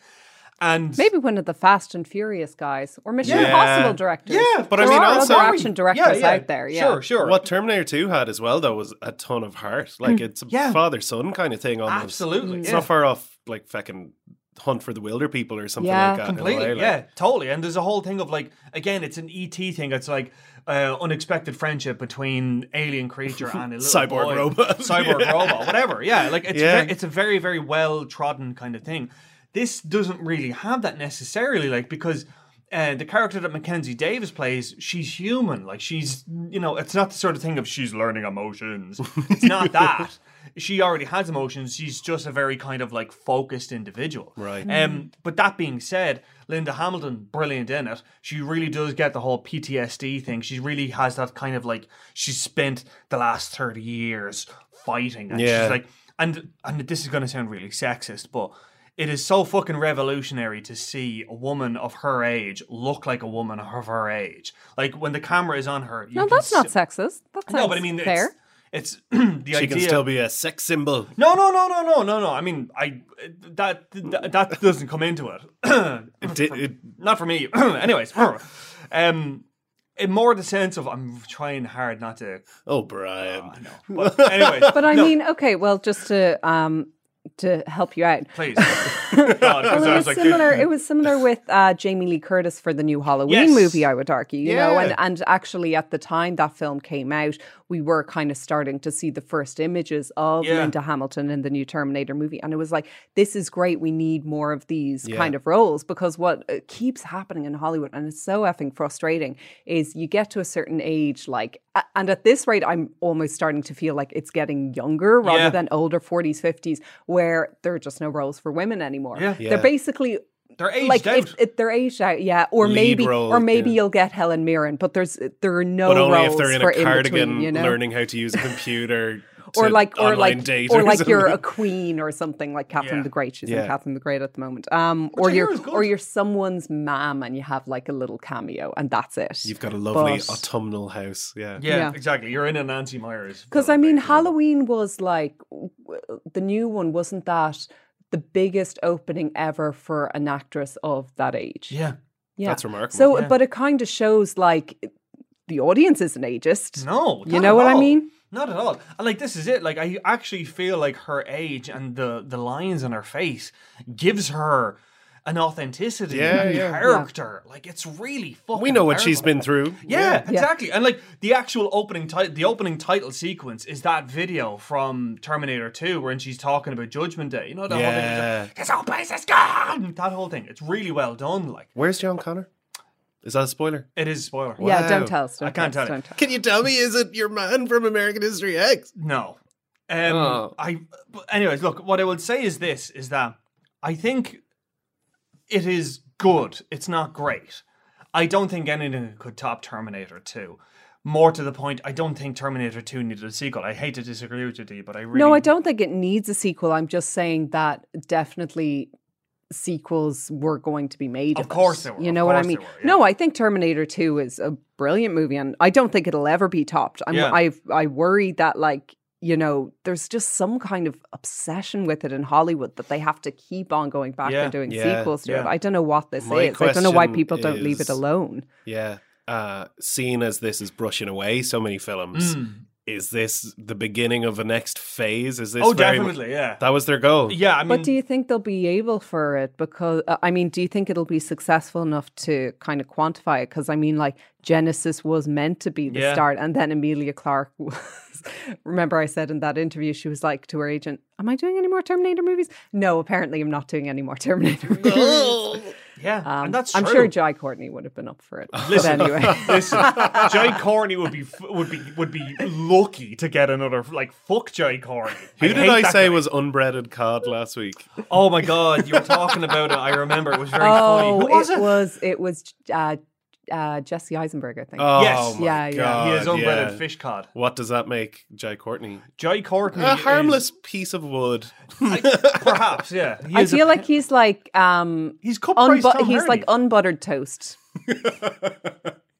[SPEAKER 1] And
[SPEAKER 5] Maybe one of the Fast and Furious guys or Mission
[SPEAKER 2] Yeah.
[SPEAKER 5] Impossible directors.
[SPEAKER 1] Yeah,
[SPEAKER 2] but I
[SPEAKER 5] there
[SPEAKER 2] mean,
[SPEAKER 5] are
[SPEAKER 2] also-
[SPEAKER 5] other action directors out there. Yeah,
[SPEAKER 1] Sure, sure. Hmm.
[SPEAKER 2] What Terminator 2 had as well, though, was a ton of heart. Like, it's a
[SPEAKER 1] Yeah.
[SPEAKER 2] father son kind of thing almost.
[SPEAKER 1] Absolutely.
[SPEAKER 2] It's
[SPEAKER 1] yeah.
[SPEAKER 2] not far off, like, fucking Hunt for the Wilder People or something
[SPEAKER 5] Yeah.
[SPEAKER 2] like that. in a
[SPEAKER 1] Completely,
[SPEAKER 2] way, like.
[SPEAKER 1] yeah, totally. And there's a whole thing of like, again, it's an ET thing. It's like uh, unexpected friendship between alien creature and a little
[SPEAKER 2] Cyborg
[SPEAKER 1] boy.
[SPEAKER 2] robot.
[SPEAKER 1] cyborg robot, whatever. Yeah, like it's
[SPEAKER 2] Yeah.
[SPEAKER 1] ve- it's a very very well trodden kind of thing. This doesn't really have that necessarily, like because. Uh, the character that Mackenzie Davis plays, she's human. Like she's, you know, it's not the sort of thing of she's learning emotions. It's not that. she already has emotions. She's just a very kind of like focused individual.
[SPEAKER 2] Right.
[SPEAKER 1] Um, but that being said, Linda Hamilton, brilliant in it. She really does get the whole PTSD thing. She really has that kind of like she's spent the last thirty years fighting, and
[SPEAKER 2] Yeah.
[SPEAKER 1] she's like, and and this is going to sound really sexist, but. It is so fucking revolutionary to see a woman of her age look like a woman of her age. Like when the camera is on her, you
[SPEAKER 5] no,
[SPEAKER 1] can
[SPEAKER 5] that's not
[SPEAKER 1] s-
[SPEAKER 5] sexist. That's
[SPEAKER 1] No, but I mean, it's-
[SPEAKER 5] fair.
[SPEAKER 1] It's, the
[SPEAKER 2] She
[SPEAKER 1] idea.
[SPEAKER 2] can still be a sex symbol.
[SPEAKER 1] No, no, no, no, no, no, no. I mean, I that that, that doesn't come into it.
[SPEAKER 2] It did- it-
[SPEAKER 1] Not for me. Anyways, um, in more the sense of I'm trying hard not to.
[SPEAKER 2] oh, Brian.
[SPEAKER 1] But anyways,
[SPEAKER 5] But I mean, okay, well, just to um to help you out.
[SPEAKER 1] please. God, 'cause
[SPEAKER 5] Well,
[SPEAKER 1] I
[SPEAKER 5] it
[SPEAKER 1] was
[SPEAKER 5] was
[SPEAKER 1] like,
[SPEAKER 5] similar. It was similar with uh, Jamie Lee Curtis for the new Halloween
[SPEAKER 1] Yes.
[SPEAKER 5] movie. I would argue, you know,
[SPEAKER 2] Yeah.
[SPEAKER 5] and and actually at the time that film came out, we were kind of starting to see the first images of
[SPEAKER 1] Yeah.
[SPEAKER 5] Linda Hamilton in the new Terminator movie, and it was like, this is great. We need more of these kind of roles because what uh, keeps happening in Hollywood, and it's so effing frustrating, is you get to a certain age, like, a- and at this rate, I'm almost starting to feel like it's getting younger rather
[SPEAKER 1] Yeah.
[SPEAKER 5] than older 40s, 50s, where there are just no roles for women anymore.
[SPEAKER 1] Yeah.
[SPEAKER 2] Yeah.
[SPEAKER 5] They're basically
[SPEAKER 1] they're aged
[SPEAKER 5] like
[SPEAKER 1] out.
[SPEAKER 5] if, if they're aged out, yeah, or
[SPEAKER 2] Lead
[SPEAKER 5] maybe
[SPEAKER 2] roles,
[SPEAKER 5] or maybe
[SPEAKER 2] yeah.
[SPEAKER 5] you'll get Helen Mirren, but there's there are no
[SPEAKER 2] But only
[SPEAKER 5] Oh, roles
[SPEAKER 2] if they're in
[SPEAKER 5] for
[SPEAKER 2] a cardigan
[SPEAKER 5] in between, you know,
[SPEAKER 2] learning how to use a computer.
[SPEAKER 5] or
[SPEAKER 2] to
[SPEAKER 5] like or
[SPEAKER 2] online
[SPEAKER 5] like
[SPEAKER 2] date
[SPEAKER 5] or like you're a
[SPEAKER 2] something.
[SPEAKER 5] queen or something like Catherine
[SPEAKER 1] Yeah.
[SPEAKER 5] the Great. She's
[SPEAKER 2] Yeah.
[SPEAKER 5] in Catherine the Great at the moment. Um,
[SPEAKER 1] I
[SPEAKER 5] or
[SPEAKER 1] hear
[SPEAKER 5] you're
[SPEAKER 1] is good.
[SPEAKER 5] or you're someone's mom and you have like a little cameo and that's it.
[SPEAKER 2] You've got a lovely
[SPEAKER 5] But-
[SPEAKER 2] autumnal house. Yeah.
[SPEAKER 1] yeah,
[SPEAKER 5] yeah.
[SPEAKER 1] exactly. You're in a Nancy
[SPEAKER 2] uh,
[SPEAKER 1] Myers.
[SPEAKER 5] Because I
[SPEAKER 1] film,
[SPEAKER 5] mean,
[SPEAKER 1] basically.
[SPEAKER 5] Halloween was like w- the new one, wasn't that the biggest opening ever for an actress of that age?
[SPEAKER 1] Yeah.
[SPEAKER 5] yeah.
[SPEAKER 2] That's remarkable.
[SPEAKER 5] So,
[SPEAKER 1] Yeah.
[SPEAKER 5] but it kind of shows like the audience isn't ageist.
[SPEAKER 1] No,
[SPEAKER 5] You
[SPEAKER 1] not
[SPEAKER 5] know
[SPEAKER 1] at
[SPEAKER 5] what I
[SPEAKER 1] all.
[SPEAKER 5] mean?
[SPEAKER 1] Not at all. And like this is it. Like I actually feel like her age and the the lines on her face gives her an authenticity,
[SPEAKER 2] Yeah,
[SPEAKER 1] a
[SPEAKER 2] yeah.
[SPEAKER 1] character. Like it's really fucking.
[SPEAKER 2] we know what she's
[SPEAKER 1] powerful.
[SPEAKER 2] been through.
[SPEAKER 1] Yeah, exactly. And like the actual opening title, the opening title sequence is that video from Terminator Two, when she's talking about Judgment Day. You know that whole thing.
[SPEAKER 2] Yeah.
[SPEAKER 1] She's Like, this whole place is gone. That whole thing. It's really well done. Like
[SPEAKER 2] Where's John Connor? Is that a spoiler?
[SPEAKER 1] it is a spoiler.
[SPEAKER 5] Yeah,
[SPEAKER 2] Wow.
[SPEAKER 5] don't tell us.
[SPEAKER 1] I
[SPEAKER 5] Don't
[SPEAKER 1] can't
[SPEAKER 5] tell us,
[SPEAKER 1] tell you.
[SPEAKER 5] don't tell
[SPEAKER 2] Can you tell me, is it your man from American History X?
[SPEAKER 1] No. Um,
[SPEAKER 2] Oh.
[SPEAKER 1] I. But anyways, look. What I would say is this: is that I think it is good. It's not great. I don't think anything could top Terminator Two. More to the point, I don't think Terminator Two needed a sequel. I hate to disagree with you, Dee, but I really
[SPEAKER 5] No, I don't think it needs a sequel. I'm just saying that definitely sequels were going to be made.
[SPEAKER 1] Of
[SPEAKER 5] it.
[SPEAKER 1] course they were,
[SPEAKER 5] You
[SPEAKER 1] of
[SPEAKER 5] know what I
[SPEAKER 1] course they
[SPEAKER 5] mean?
[SPEAKER 1] were, yeah.
[SPEAKER 5] No, I think Terminator 2 is a brilliant movie and I don't think it'll ever be topped. I'm,
[SPEAKER 1] Yeah.
[SPEAKER 5] I've, I worry that, like, you know, there's just some kind of obsession with it in Hollywood that they have to keep on going back
[SPEAKER 1] Yeah,
[SPEAKER 5] and doing
[SPEAKER 2] yeah,
[SPEAKER 5] sequels to
[SPEAKER 1] yeah.
[SPEAKER 5] it. I don't know what this
[SPEAKER 2] My
[SPEAKER 5] is. I don't know why
[SPEAKER 2] question
[SPEAKER 5] people don't leave
[SPEAKER 2] is-
[SPEAKER 5] it alone.
[SPEAKER 2] Yeah. Uh, seeing as this is brushing away so many films,
[SPEAKER 1] Mm.
[SPEAKER 2] is this the beginning of a next phase? Is this
[SPEAKER 1] Oh,
[SPEAKER 2] very mu-
[SPEAKER 1] definitely, yeah.
[SPEAKER 2] that was their goal.
[SPEAKER 1] yeah, I mean,
[SPEAKER 5] But do you think they'll be able for it? Because uh, I mean, do you think it'll be successful enough to kind of quantify it? Because I mean, like Genesis was meant to be the
[SPEAKER 1] Yeah.
[SPEAKER 5] start, and then Amelia Clark was. remember, I said in that interview, she was like to her agent, "Am I doing any more Terminator movies? No, apparently, I'm not doing any more Terminator movies."
[SPEAKER 1] yeah,
[SPEAKER 5] Um,
[SPEAKER 1] and that's
[SPEAKER 5] I'm
[SPEAKER 1] true.
[SPEAKER 5] sure Jai Courtney would have been up for it. But
[SPEAKER 1] Listen.
[SPEAKER 5] anyway,
[SPEAKER 1] Listen, Jai Corney would be f- would be would be lucky to get another like fuck Jai Corney.
[SPEAKER 2] Who did
[SPEAKER 1] hate
[SPEAKER 2] I
[SPEAKER 1] that
[SPEAKER 2] say
[SPEAKER 1] guy.
[SPEAKER 2] was unbreaded cod last week?
[SPEAKER 1] Oh my god, you were talking about it. I remember it was very funny.
[SPEAKER 5] oh,
[SPEAKER 1] Who was
[SPEAKER 5] it
[SPEAKER 1] it?
[SPEAKER 5] was it was uh, uh, Jesse Eisenberger thing.
[SPEAKER 2] Oh,
[SPEAKER 1] Yes.
[SPEAKER 2] my
[SPEAKER 5] Yeah, yeah. He
[SPEAKER 2] God,
[SPEAKER 1] he is unbreaded
[SPEAKER 2] yeah.
[SPEAKER 1] fish cod.
[SPEAKER 2] What does that make Jai Courtney?
[SPEAKER 1] Jai Courtney.
[SPEAKER 2] A
[SPEAKER 1] is-
[SPEAKER 2] harmless piece of wood.
[SPEAKER 1] perhaps, yeah. He
[SPEAKER 5] I
[SPEAKER 1] is a-
[SPEAKER 5] feel like he's like um,
[SPEAKER 1] he's cup price
[SPEAKER 5] unbu-
[SPEAKER 1] Tom
[SPEAKER 5] he's like
[SPEAKER 1] Hardy.
[SPEAKER 5] unbuttered toast.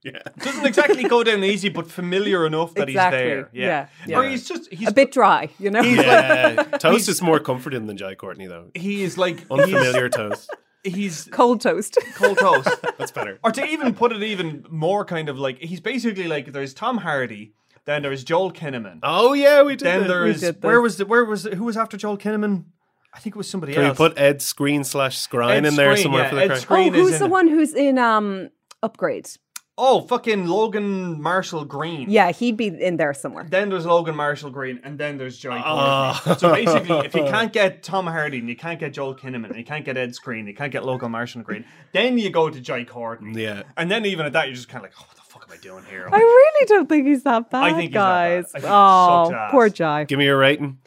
[SPEAKER 2] yeah.
[SPEAKER 1] doesn't exactly go down easy, but familiar enough that
[SPEAKER 5] Exactly.
[SPEAKER 1] he's there. Yeah.
[SPEAKER 5] Yeah, yeah.
[SPEAKER 1] Or he's just he's
[SPEAKER 5] A bit dry, you know.
[SPEAKER 2] Yeah. toast is more comforting than Jai Courtney, though.
[SPEAKER 1] He is like
[SPEAKER 2] Unfamiliar toast.
[SPEAKER 1] he's, he's
[SPEAKER 5] Cold toast.
[SPEAKER 1] cold toast.
[SPEAKER 2] That's better.
[SPEAKER 1] or to even put it even more kind of like he's basically like there's Tom Hardy, then there's Joel Kinnaman,
[SPEAKER 2] Oh, yeah, we did.
[SPEAKER 1] then
[SPEAKER 2] that.
[SPEAKER 1] there is
[SPEAKER 5] did
[SPEAKER 1] where
[SPEAKER 5] this.
[SPEAKER 1] was the where was the, who was after Joel Kinnaman? I think it was somebody
[SPEAKER 2] Can we
[SPEAKER 1] else.
[SPEAKER 2] put Ed Screen slash Scrine
[SPEAKER 1] Ed
[SPEAKER 2] in there
[SPEAKER 1] Skrein,
[SPEAKER 2] somewhere
[SPEAKER 1] yeah,
[SPEAKER 2] for the
[SPEAKER 1] Ed
[SPEAKER 2] crack?
[SPEAKER 1] Skrein.
[SPEAKER 5] oh,
[SPEAKER 1] Green is
[SPEAKER 5] who's
[SPEAKER 1] in
[SPEAKER 5] the
[SPEAKER 1] it.
[SPEAKER 5] one who's in um, Upgrade?
[SPEAKER 1] oh fucking Logan Marshall Green.
[SPEAKER 5] Yeah, he'd be in there somewhere.
[SPEAKER 1] Then there's Logan Marshall Green, and then there's Joey. Coy. So basically, if you can't get Tom Hardy, and you can't get Joel Kinnaman, and you can't get Ed Screen, you can't get Logan Marshall Green, then you go to Jai Courtney.
[SPEAKER 2] Yeah.
[SPEAKER 1] And then even at that, you're just kind of like, oh, what the fuck am I doing here?
[SPEAKER 5] I really don't think he's that bad,
[SPEAKER 1] I think he's that bad.
[SPEAKER 5] guys.
[SPEAKER 1] I think he sucks
[SPEAKER 5] oh,
[SPEAKER 1] ass.
[SPEAKER 5] poor Jai.
[SPEAKER 2] Give me your rating.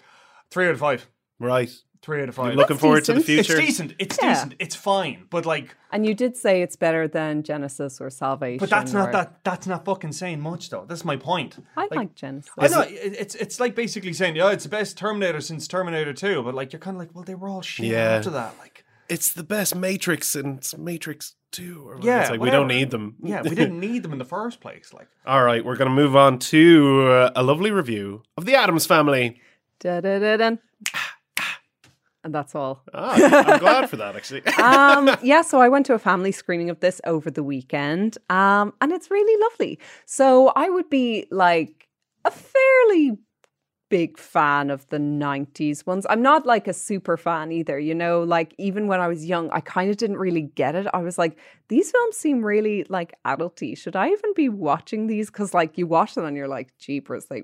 [SPEAKER 1] Three out of five.
[SPEAKER 2] Right.
[SPEAKER 1] Three out of
[SPEAKER 2] You're
[SPEAKER 1] five.
[SPEAKER 2] looking forward to the
[SPEAKER 5] decent.
[SPEAKER 1] it's
[SPEAKER 2] future.
[SPEAKER 1] decent. It's
[SPEAKER 5] Yeah.
[SPEAKER 1] decent. It's fine. But like,
[SPEAKER 5] And you did say it's better than Genesis or Salvation.
[SPEAKER 1] but that's
[SPEAKER 5] or-
[SPEAKER 1] not that. That's not fucking saying much though. That's my point.
[SPEAKER 5] I like, Genesis.
[SPEAKER 1] I know it- it's it's like basically saying, oh, it's the best Terminator since Terminator Two. But like, you're kind of like, well, they were all shit
[SPEAKER 2] Yeah.
[SPEAKER 1] after that. Like,
[SPEAKER 2] It's the best Matrix and it's Matrix 2. Or whatever.
[SPEAKER 1] Yeah,
[SPEAKER 2] It's like, we
[SPEAKER 1] whatever.
[SPEAKER 2] don't need them.
[SPEAKER 1] yeah, we didn't need them in the first place. Like.
[SPEAKER 2] All right, we're going to move on to uh, a lovely review of the Adams Family.
[SPEAKER 5] Da-da-da-dun. And that's all.
[SPEAKER 2] Ah, I'm glad for that, actually.
[SPEAKER 5] um, yeah, so I went to a family screening of this over the weekend, um, and it's really lovely. So I would be like a fairly big fan of the 90s ones. I'm not like a super fan either, you know, like even when I was young, I kind of didn't really get it. I was like, these films seem really like adulty. Should I even be watching these? Because like you watch them and you're like, jeepers, they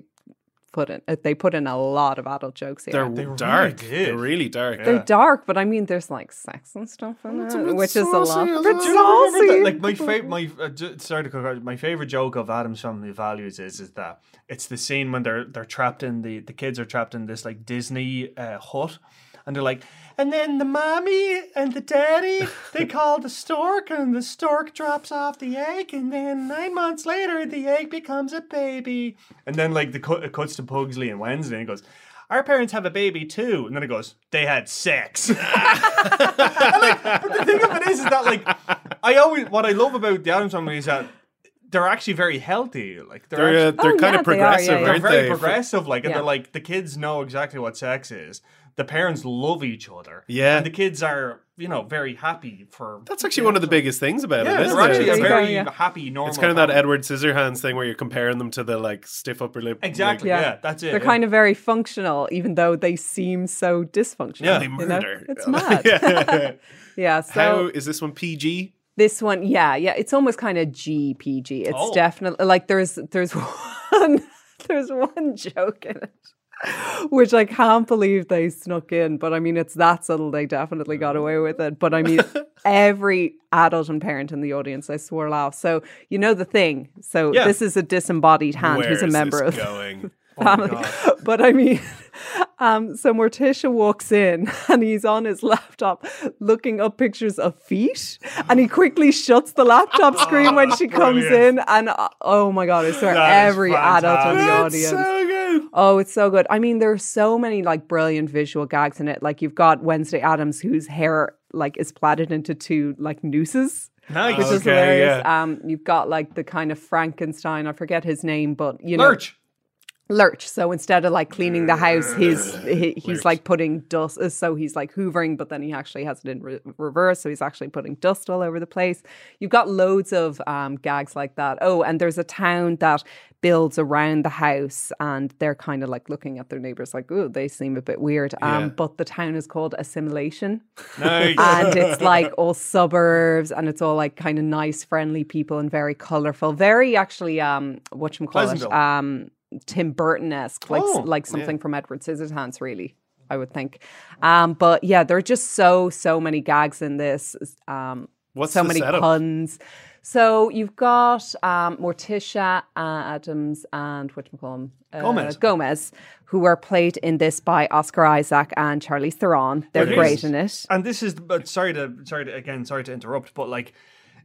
[SPEAKER 5] put in they put in a lot of adult jokes here.
[SPEAKER 2] They're
[SPEAKER 1] they really
[SPEAKER 2] dark.
[SPEAKER 1] did.
[SPEAKER 2] They're really dark.
[SPEAKER 5] They're dark, but I mean, there's like sex and stuff in it, which is a lot. It's
[SPEAKER 1] Do you not remember
[SPEAKER 5] saucy.
[SPEAKER 1] that? Like my favorite, my uh, j- sorry to cut out, my favorite joke of Adam's Family Values is is that it's the scene when they're they're trapped in the the kids are trapped in this like Disney uh, hut, and they're like, and then the mommy and the daddy they call the stork, and the stork drops off the egg, and then nine months later the egg becomes a baby, and then like the cut it cuts to Pugsley and Wednesday and it goes. Our parents have a baby too, and then it goes. They had sex. the thing of it is, is that like I always what I love about the Adams family is that they're actually very healthy. Like they're,
[SPEAKER 2] They're, uh,
[SPEAKER 1] actually,
[SPEAKER 2] they're
[SPEAKER 5] Oh,
[SPEAKER 2] kind
[SPEAKER 5] yeah, they
[SPEAKER 2] of
[SPEAKER 5] are,
[SPEAKER 2] progressive,
[SPEAKER 5] yeah, yeah.
[SPEAKER 2] aren't
[SPEAKER 1] they're very
[SPEAKER 2] they?
[SPEAKER 1] progressive. Like and
[SPEAKER 5] Yeah.
[SPEAKER 1] they're like the kids know exactly what sex is. The parents love each other.
[SPEAKER 2] Yeah.
[SPEAKER 1] and the kids are you know very happy for.
[SPEAKER 2] That's actually one of the biggest things about
[SPEAKER 1] yeah,
[SPEAKER 2] it, isn't
[SPEAKER 1] they're actually
[SPEAKER 2] it?
[SPEAKER 1] a
[SPEAKER 5] There you go,
[SPEAKER 1] very
[SPEAKER 5] yeah.
[SPEAKER 1] happy normal.
[SPEAKER 2] It's kind of that
[SPEAKER 1] family.
[SPEAKER 2] Edward Scissorhands thing where you're comparing them to the like stiff upper lip.
[SPEAKER 1] Exactly.
[SPEAKER 5] Yeah.
[SPEAKER 1] Yeah. that's it.
[SPEAKER 5] They're kind of very functional, even though they seem so dysfunctional.
[SPEAKER 1] Yeah, they
[SPEAKER 5] you know?
[SPEAKER 2] murder.
[SPEAKER 5] It's
[SPEAKER 2] Like,
[SPEAKER 5] mad. yeah.
[SPEAKER 2] yeah.
[SPEAKER 5] So
[SPEAKER 2] How is this one PG?
[SPEAKER 5] this one, yeah, yeah, it's almost kind of GPG. It's
[SPEAKER 1] Oh.
[SPEAKER 5] definitely like there's there's one there's one joke in it. Which I can't believe they snuck in, but I mean, it's that subtle. They definitely
[SPEAKER 2] Oh.
[SPEAKER 5] got away with it. But I mean, every adult and parent in the audience, I swore laugh. So you know the thing. So
[SPEAKER 1] Yeah.
[SPEAKER 5] this is a disembodied hand
[SPEAKER 2] Where
[SPEAKER 5] who's a
[SPEAKER 2] is
[SPEAKER 5] member
[SPEAKER 2] this
[SPEAKER 5] of
[SPEAKER 2] going?
[SPEAKER 1] Oh
[SPEAKER 5] family. Um, but I mean, um, so Morticia walks in and he's on his laptop looking up pictures of feet, and he quickly shuts the laptop screen when she comes
[SPEAKER 1] brilliant.
[SPEAKER 5] in. And uh, oh my god, I swear,
[SPEAKER 1] That is
[SPEAKER 5] every adult in the
[SPEAKER 1] fantastic.
[SPEAKER 5] audience. Oh, it's so good. I mean, there are so many like brilliant visual gags in it. Like you've got Wednesday Adams, whose hair like is plaited into two like nooses
[SPEAKER 1] nice.
[SPEAKER 5] which is
[SPEAKER 2] Okay,
[SPEAKER 5] hilarious. Um, you've got like the kind of Frankenstein. I forget his name, but you know,
[SPEAKER 1] Lurch.
[SPEAKER 5] Lurch. So instead of like cleaning the house, his he, he's like putting dust. uh, So he's like hoovering, but then he actually has it in re- reverse. So he's actually putting dust all over the place. You've got loads of um, gags like that. Oh, and there's a town that builds around the house, and they're kind of like looking at their neighbors, like, oh, they seem a bit weird. Um, but the town is called Assimilation
[SPEAKER 1] Nice.
[SPEAKER 5] and it's like all suburbs and it's all like kind of nice friendly people and very colorful very actually um whatchamacallit
[SPEAKER 1] Pleasantville.
[SPEAKER 5] um tim burton-esque like
[SPEAKER 1] Oh,
[SPEAKER 5] like something from edward scissorhands really i would think um but yeah there are just so so many gags in this um
[SPEAKER 2] What's
[SPEAKER 5] so
[SPEAKER 2] the
[SPEAKER 5] many
[SPEAKER 2] setup?
[SPEAKER 5] puns so you've got um, Morticia uh, Adams and whatchamacallum? Uh,
[SPEAKER 1] Gomez.
[SPEAKER 5] Gomez, who are played in this by Oscar Isaac and Charlize Theron. They're
[SPEAKER 1] It is.
[SPEAKER 5] great in it.
[SPEAKER 1] And this is, but sorry to, sorry to, again, sorry to interrupt, but like,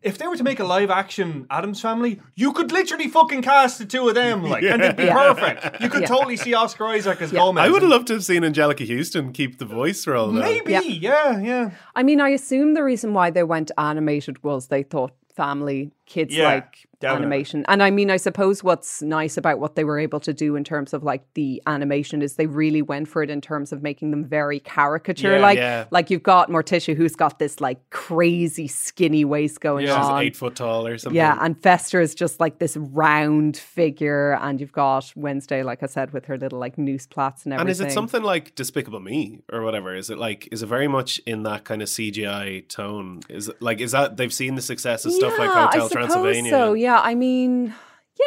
[SPEAKER 1] if they were to make a live action Adams Family, you could literally fucking cast the two of them, like, and it'd be
[SPEAKER 5] Yeah.
[SPEAKER 1] perfect. You could
[SPEAKER 5] Yeah.
[SPEAKER 1] totally see Oscar Isaac as Gomez.
[SPEAKER 2] I would have loved to have seen Angelica Houston keep the voice role. Though.
[SPEAKER 1] Maybe,
[SPEAKER 5] Yeah.
[SPEAKER 1] yeah, yeah.
[SPEAKER 5] I mean, I assume the reason why they went animated was they thought family kids
[SPEAKER 1] Yeah,
[SPEAKER 5] like
[SPEAKER 1] definitely.
[SPEAKER 5] animation. And I mean, I suppose what's nice about what they were able to do in terms of like the animation is they really went for it in terms of making them very caricature like.
[SPEAKER 2] yeah.
[SPEAKER 5] Like you've got Morticia who's got this like crazy skinny waist going
[SPEAKER 2] She's
[SPEAKER 5] on.
[SPEAKER 2] eight foot tall or something.
[SPEAKER 5] Yeah, and Fester is just like this round figure, and you've got Wednesday, like I said, with her little like noose plaits and everything.
[SPEAKER 2] And is it something like Despicable Me or whatever? Is it like is it very much in that kind of CGI tone? Is it like is that they've seen the success of stuff like
[SPEAKER 5] Yeah, I
[SPEAKER 2] Hotel
[SPEAKER 5] suppose
[SPEAKER 2] Transylvania?
[SPEAKER 5] So yeah, I mean,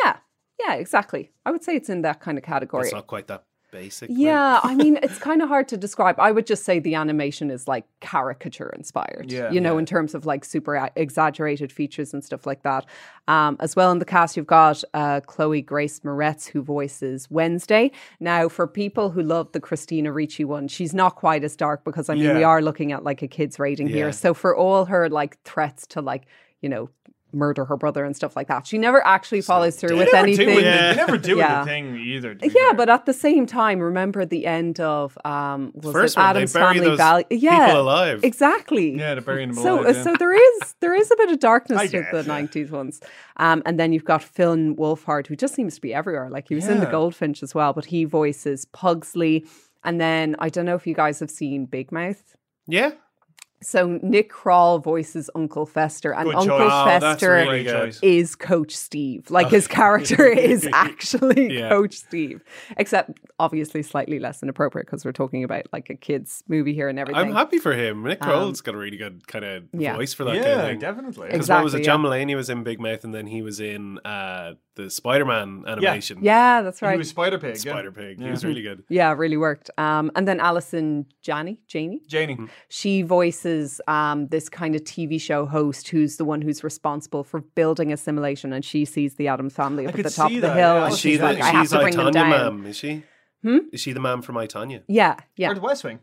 [SPEAKER 5] yeah, yeah, exactly. I would say it's in that kind of category.
[SPEAKER 2] It's not quite that basic. maybe.
[SPEAKER 5] Yeah, I mean, it's kind of hard to describe. I would just say the animation is like caricature inspired,
[SPEAKER 1] Yeah.
[SPEAKER 5] you know, in terms of like super a- exaggerated features and stuff like that. Um, as well, in the cast, you've got uh, Chloe Grace Moretz, who voices Wednesday. Now, for people who love the Christina Ricci one, she's not quite as dark because I mean, we
[SPEAKER 1] Yeah.
[SPEAKER 5] are looking at like a kid's rating
[SPEAKER 2] Yeah.
[SPEAKER 5] here. So, for all her like threats to like, you know, murder her brother and stuff like that, she never actually follows through with
[SPEAKER 1] Never do
[SPEAKER 5] anything.
[SPEAKER 1] it.
[SPEAKER 2] Yeah.
[SPEAKER 1] You never do
[SPEAKER 5] Yeah.
[SPEAKER 1] the thing either. to be
[SPEAKER 5] Yeah,
[SPEAKER 1] fair.
[SPEAKER 5] but at the same time, remember the end of um was
[SPEAKER 2] First
[SPEAKER 5] it
[SPEAKER 2] one, they
[SPEAKER 5] Adam's
[SPEAKER 2] bury
[SPEAKER 5] Family
[SPEAKER 2] those
[SPEAKER 5] Valley? Yeah,
[SPEAKER 2] people alive.
[SPEAKER 5] exactly.
[SPEAKER 1] yeah, the burying them
[SPEAKER 5] So, uh,
[SPEAKER 1] alive, yeah.
[SPEAKER 5] so there is there is a bit of
[SPEAKER 1] I
[SPEAKER 5] darkness to
[SPEAKER 1] guess,
[SPEAKER 5] the
[SPEAKER 1] yeah.
[SPEAKER 5] '90s ones, um, and then you've got Finn Wolfhard, who just seems to be everywhere. Like he was in the
[SPEAKER 1] Yeah.
[SPEAKER 5] Goldfinch as well, but he voices Pugsley. And then I don't know if you guys have seen Big Mouth.
[SPEAKER 2] Yeah.
[SPEAKER 5] So Nick Kroll voices Uncle Fester, and
[SPEAKER 1] Good
[SPEAKER 5] Uncle
[SPEAKER 1] choice.
[SPEAKER 2] Oh, that's
[SPEAKER 5] Fester
[SPEAKER 2] really
[SPEAKER 1] Great
[SPEAKER 2] good.
[SPEAKER 1] choice.
[SPEAKER 5] is Coach Steve. Like his character is actually
[SPEAKER 2] Yeah.
[SPEAKER 5] Coach Steve, except obviously slightly less inappropriate because we're talking about like a kids movie here and everything. Um,
[SPEAKER 2] I'm happy for him. Nick Kroll's got a really good kind of
[SPEAKER 5] yeah.
[SPEAKER 2] voice for that
[SPEAKER 1] yeah,
[SPEAKER 2] kind of thing.
[SPEAKER 1] definitely.
[SPEAKER 5] Ex-
[SPEAKER 2] Because what was it?
[SPEAKER 5] Exactly,
[SPEAKER 2] John
[SPEAKER 5] yeah.
[SPEAKER 2] Mulaney was in Big Mouth, and then he was in uh, the Spider-Man animation.
[SPEAKER 5] yeah, that's right.
[SPEAKER 1] He was Spider Pig.
[SPEAKER 2] Spider Pig. He was really good.
[SPEAKER 5] yeah, really worked. Um, and then Alison Janney, Janie,
[SPEAKER 1] Janie.
[SPEAKER 2] Mm.
[SPEAKER 5] she voices um, this kind of TV show host who's the one who's responsible for building assimilation, and she sees the Adams family up
[SPEAKER 1] could
[SPEAKER 5] at the top
[SPEAKER 1] see
[SPEAKER 5] of the
[SPEAKER 1] that,
[SPEAKER 5] hill,
[SPEAKER 1] yeah.
[SPEAKER 5] and
[SPEAKER 1] Is
[SPEAKER 2] Is
[SPEAKER 1] she
[SPEAKER 2] she
[SPEAKER 5] she's
[SPEAKER 1] the-
[SPEAKER 5] like,
[SPEAKER 2] the,
[SPEAKER 5] "I have
[SPEAKER 2] she's
[SPEAKER 5] to bring them
[SPEAKER 2] Itanya
[SPEAKER 5] down."
[SPEAKER 2] ma'am, is she?
[SPEAKER 5] Hmm?
[SPEAKER 2] Is she the ma'am from Itanya?
[SPEAKER 5] Yeah,
[SPEAKER 1] Or
[SPEAKER 5] yeah.
[SPEAKER 1] the West Wing.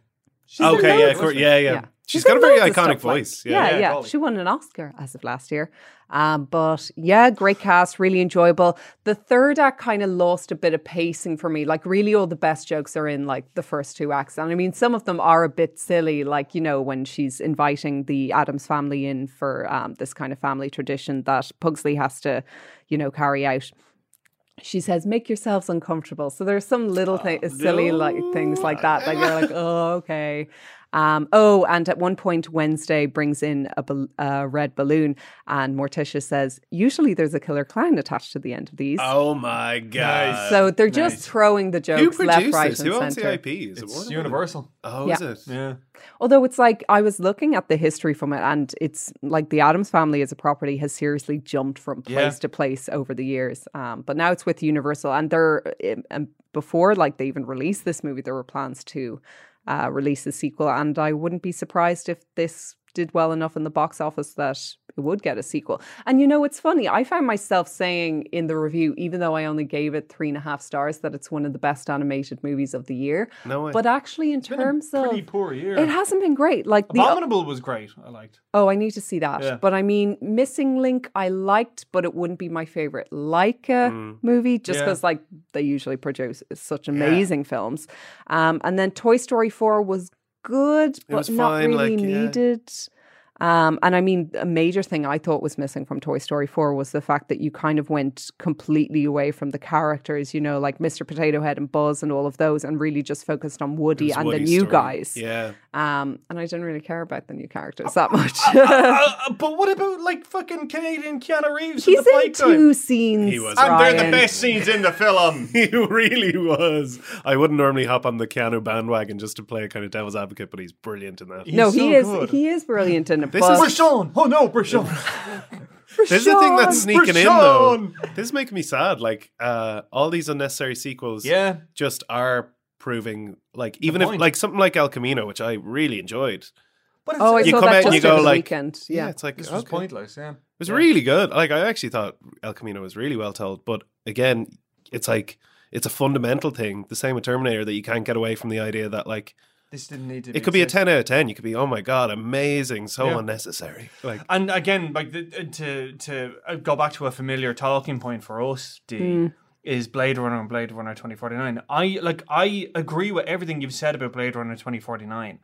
[SPEAKER 1] She's in
[SPEAKER 2] Okay,
[SPEAKER 1] loads
[SPEAKER 2] yeah,
[SPEAKER 1] of
[SPEAKER 2] of course,
[SPEAKER 1] West Wing.
[SPEAKER 2] yeah, yeah,
[SPEAKER 5] Yeah.
[SPEAKER 2] She's
[SPEAKER 5] She's
[SPEAKER 2] got
[SPEAKER 5] in
[SPEAKER 2] a very
[SPEAKER 5] loads of
[SPEAKER 2] iconic
[SPEAKER 5] stuff, like-
[SPEAKER 2] voice.
[SPEAKER 5] yeah,
[SPEAKER 1] Yeah,
[SPEAKER 5] yeah.
[SPEAKER 1] totally.
[SPEAKER 5] She won an Oscar as of last year. Um, but yeah, great cast, really enjoyable. The third act kind of lost a bit of pacing for me. Like, really, all the best jokes are in like the first two acts. And I mean, some of them are a bit silly, like, you know, when she's inviting the Adams family in for um, this kind of family tradition that Pugsley has to, you know, carry out. She says, "Make yourselves uncomfortable." So there's some little thing,
[SPEAKER 2] Oh,
[SPEAKER 5] silly like things like that that you're like, "Oh, okay." Um, oh, and at one point, Wednesday brings in a bal- a red balloon, and Morticia says, "Usually, there's a killer clown attached to the end of these."
[SPEAKER 2] Oh my god!
[SPEAKER 5] so they're just throwing the
[SPEAKER 2] who
[SPEAKER 5] jokes
[SPEAKER 2] produced
[SPEAKER 5] left, right,
[SPEAKER 2] this? Who
[SPEAKER 5] and
[SPEAKER 2] owns the
[SPEAKER 5] center.
[SPEAKER 2] IP? Is it
[SPEAKER 1] It's
[SPEAKER 2] Warner
[SPEAKER 1] Universal.
[SPEAKER 2] Brothers? Oh, is it?
[SPEAKER 1] Yeah.
[SPEAKER 5] Although it's like I was looking at the history from it, and it's like the Adams family as a property has seriously jumped from place
[SPEAKER 1] Yeah.
[SPEAKER 5] to place over the years. Um, but now it's with Universal, and they're um, um, before like they even released this movie, there were plans to uh, release a sequel, and I wouldn't be surprised if this did well enough in the box office that it would get a sequel. And you know, it's funny. I found myself saying in the review, even though I only gave it three and a half stars, that it's one of the best animated movies of the year.
[SPEAKER 2] No way.
[SPEAKER 5] But actually, in
[SPEAKER 1] Been a
[SPEAKER 5] terms
[SPEAKER 1] pretty
[SPEAKER 5] of
[SPEAKER 1] poor year.
[SPEAKER 5] Oh. it hasn't been great. Like the
[SPEAKER 1] Abominable was great. I liked.
[SPEAKER 5] oh, I need to see that.
[SPEAKER 1] Yeah.
[SPEAKER 5] But I mean, Missing Link, I liked, but it wouldn't be my favorite like a
[SPEAKER 2] Mm.
[SPEAKER 5] movie, just
[SPEAKER 1] Yeah.
[SPEAKER 5] because like they usually produce such amazing films. Um, and then Toy Story Four was good, but
[SPEAKER 2] was
[SPEAKER 5] not
[SPEAKER 2] fine,
[SPEAKER 5] really
[SPEAKER 2] like, yeah.
[SPEAKER 5] needed. Um, and I mean, a major thing I thought was missing from Toy Story 4 was the fact that you kind of went completely away from the characters, you know, like Mr. Potato Head and Buzz and all of those, and really just focused on Woody
[SPEAKER 2] It's
[SPEAKER 5] and the
[SPEAKER 2] Woody's
[SPEAKER 5] new
[SPEAKER 2] story.
[SPEAKER 5] guys.
[SPEAKER 2] Yeah.
[SPEAKER 5] Um, and I didn't really care about the new characters that much.
[SPEAKER 1] Uh, but what about like fucking Canadian Keanu Reeves? in
[SPEAKER 5] He's
[SPEAKER 1] the
[SPEAKER 5] in
[SPEAKER 1] fight time?
[SPEAKER 5] two scenes.
[SPEAKER 2] He was.
[SPEAKER 1] And they're the
[SPEAKER 5] Ryan.
[SPEAKER 1] best scenes in the film.
[SPEAKER 2] He really was. I wouldn't normally hop on the Keanu bandwagon just to play a kind of devil's advocate, but he's brilliant in that.
[SPEAKER 1] He's
[SPEAKER 5] No,
[SPEAKER 1] so
[SPEAKER 5] he is.
[SPEAKER 1] good.
[SPEAKER 5] He is brilliant in it.
[SPEAKER 2] This
[SPEAKER 5] but
[SPEAKER 2] is-
[SPEAKER 1] Brashawn. Oh no, Brashawn.
[SPEAKER 2] This is the thing that's
[SPEAKER 1] Sean!
[SPEAKER 2] sneaking in though.
[SPEAKER 1] Sean!
[SPEAKER 2] This is making me sad. Like uh, all these unnecessary sequels,
[SPEAKER 1] Yeah.
[SPEAKER 2] just are proving like even if
[SPEAKER 1] point.
[SPEAKER 2] like something like El Camino, which I really enjoyed.
[SPEAKER 1] But it's,
[SPEAKER 5] oh, I
[SPEAKER 1] it's-
[SPEAKER 2] You
[SPEAKER 5] saw
[SPEAKER 2] come out
[SPEAKER 5] that
[SPEAKER 2] and
[SPEAKER 5] just
[SPEAKER 2] you go
[SPEAKER 5] over the
[SPEAKER 2] like-
[SPEAKER 5] weekend. Yeah,
[SPEAKER 2] it's like
[SPEAKER 1] this was
[SPEAKER 2] okay.
[SPEAKER 1] pointless. Yeah.
[SPEAKER 2] It was
[SPEAKER 1] Yeah.
[SPEAKER 2] really good. Like I actually thought El Camino was really well told, but again, it's like it's a fundamental thing. The same with Terminator that you can't get away from the idea that like
[SPEAKER 1] This didn't need to.
[SPEAKER 2] It could be a
[SPEAKER 1] exist.
[SPEAKER 2] ten out of ten. You could be, oh my god, amazing, so unnecessary. Like
[SPEAKER 1] And again, like the, uh, to to uh, go back to a familiar talking point for us, D,
[SPEAKER 5] Hmm.
[SPEAKER 1] is Blade Runner and Blade Runner twenty forty nine. I like I agree with everything you've said about Blade Runner twenty forty nine.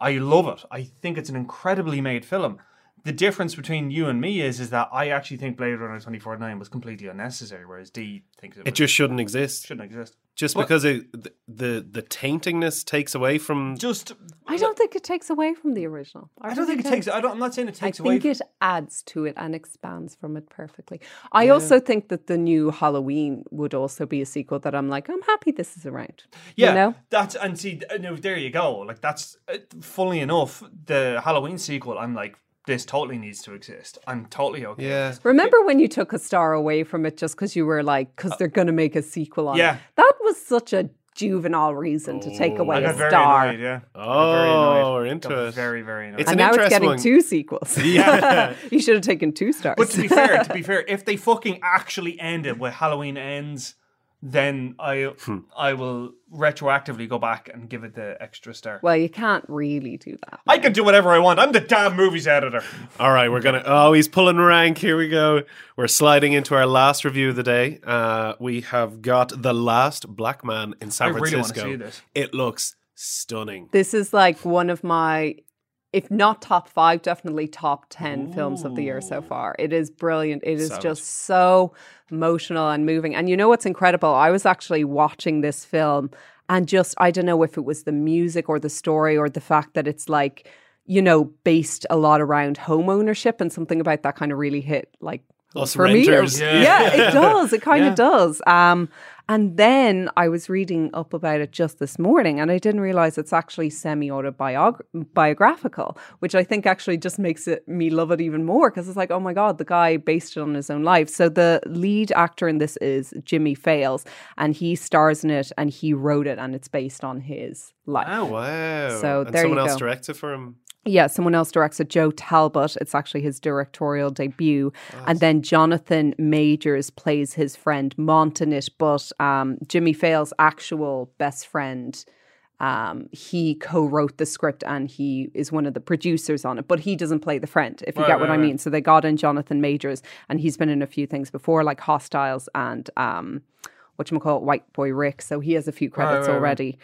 [SPEAKER 1] I love it. I think it's an incredibly made film. The difference between you and me is is that I actually think Blade Runner twenty forty nine was completely unnecessary, whereas D thinks it,
[SPEAKER 2] it
[SPEAKER 1] was-
[SPEAKER 2] just shouldn't exist.
[SPEAKER 1] shouldn't exist.
[SPEAKER 2] Just because it the, the the taintingness takes away from
[SPEAKER 1] Just
[SPEAKER 5] I don't think it takes away from the original.
[SPEAKER 1] I don't think it takes. I don't, I'm not saying it
[SPEAKER 5] I
[SPEAKER 1] takes away.
[SPEAKER 5] think it adds to it and expands from it perfectly. I also think that the new Halloween would also be a sequel that I'm like, I'm happy this is around.
[SPEAKER 1] Yeah,
[SPEAKER 5] You know?
[SPEAKER 1] that's and see, th- no, there you go. Like that's uh, fully enough. The Halloween sequel, I'm like, this totally needs to exist. I'm totally okay. with
[SPEAKER 2] yeah.
[SPEAKER 1] this.
[SPEAKER 5] Remember when you took a star away from it just because you were like, because they're going to make a sequel on
[SPEAKER 1] Uh, yeah.
[SPEAKER 5] it? That was such a juvenile reason to take
[SPEAKER 2] Oh.
[SPEAKER 5] away
[SPEAKER 1] I
[SPEAKER 5] a
[SPEAKER 1] got very
[SPEAKER 5] star.
[SPEAKER 1] annoyed. Yeah.
[SPEAKER 2] Oh, we're into
[SPEAKER 1] Got
[SPEAKER 2] it.
[SPEAKER 1] very very annoyed.
[SPEAKER 2] It's
[SPEAKER 5] and
[SPEAKER 2] an
[SPEAKER 5] now it's
[SPEAKER 2] interesting
[SPEAKER 5] getting
[SPEAKER 2] one.
[SPEAKER 5] two sequels.
[SPEAKER 2] Yeah.
[SPEAKER 5] you should have taken two stars.
[SPEAKER 1] but to be fair, to be fair, if they fucking actually end it where Halloween ends, then I
[SPEAKER 2] Hmm.
[SPEAKER 1] I will retroactively go back and give it the extra star.
[SPEAKER 5] well, you can't really do that.
[SPEAKER 1] I can do whatever I want. I'm the damn movies editor.
[SPEAKER 2] All right, we're gonna. Oh, he's pulling rank. Here we go. We're sliding into our last review of the day. Uh, we have got the last black man in San
[SPEAKER 1] I really wanna
[SPEAKER 2] Francisco.
[SPEAKER 1] see this.
[SPEAKER 2] It looks stunning.
[SPEAKER 5] This is like one of my, if not top five, definitely top 10 films of the year so far. It is brilliant. It is just so emotional and moving. And you know what's incredible? I was actually watching this film and just, I don't know if it was the music or the story or the fact that it's like, you know, based a lot around home ownership and something about that kind of really hit like
[SPEAKER 2] Us
[SPEAKER 5] for me, it-
[SPEAKER 2] renters.
[SPEAKER 5] yeah. it does. It kind
[SPEAKER 1] Yeah.
[SPEAKER 5] of does. Um, and then I was reading up about it just this morning, and I didn't realize it's actually semi-autobiographical, which I think actually just makes it me love it even more because it's like, oh my god, the guy based it on his own life. So the lead actor in this is Jimmy Fails, and he stars in it, and he wrote it, and it's based on his life.
[SPEAKER 2] Oh, Wow.
[SPEAKER 5] So
[SPEAKER 2] and
[SPEAKER 5] there
[SPEAKER 2] someone
[SPEAKER 5] you
[SPEAKER 2] else
[SPEAKER 5] go.
[SPEAKER 2] directed for him.
[SPEAKER 5] Yeah, someone else directs it, Joe Talbot. It's actually his directorial debut. And then Jonathan Majors plays his friend Mont in it, but um, Jimmy Fail's actual best friend, um, he co wrote the script and he is one of the producers on it, but he doesn't play the friend, if you
[SPEAKER 1] Right,
[SPEAKER 5] get what
[SPEAKER 1] right,
[SPEAKER 5] I
[SPEAKER 1] right.
[SPEAKER 5] mean. So they got in Jonathan Majors, and he's been in a few things before, like Hostiles and. Um, whatchamacallit, White Boy Rick. So he has a few credits
[SPEAKER 1] right, right.
[SPEAKER 5] already.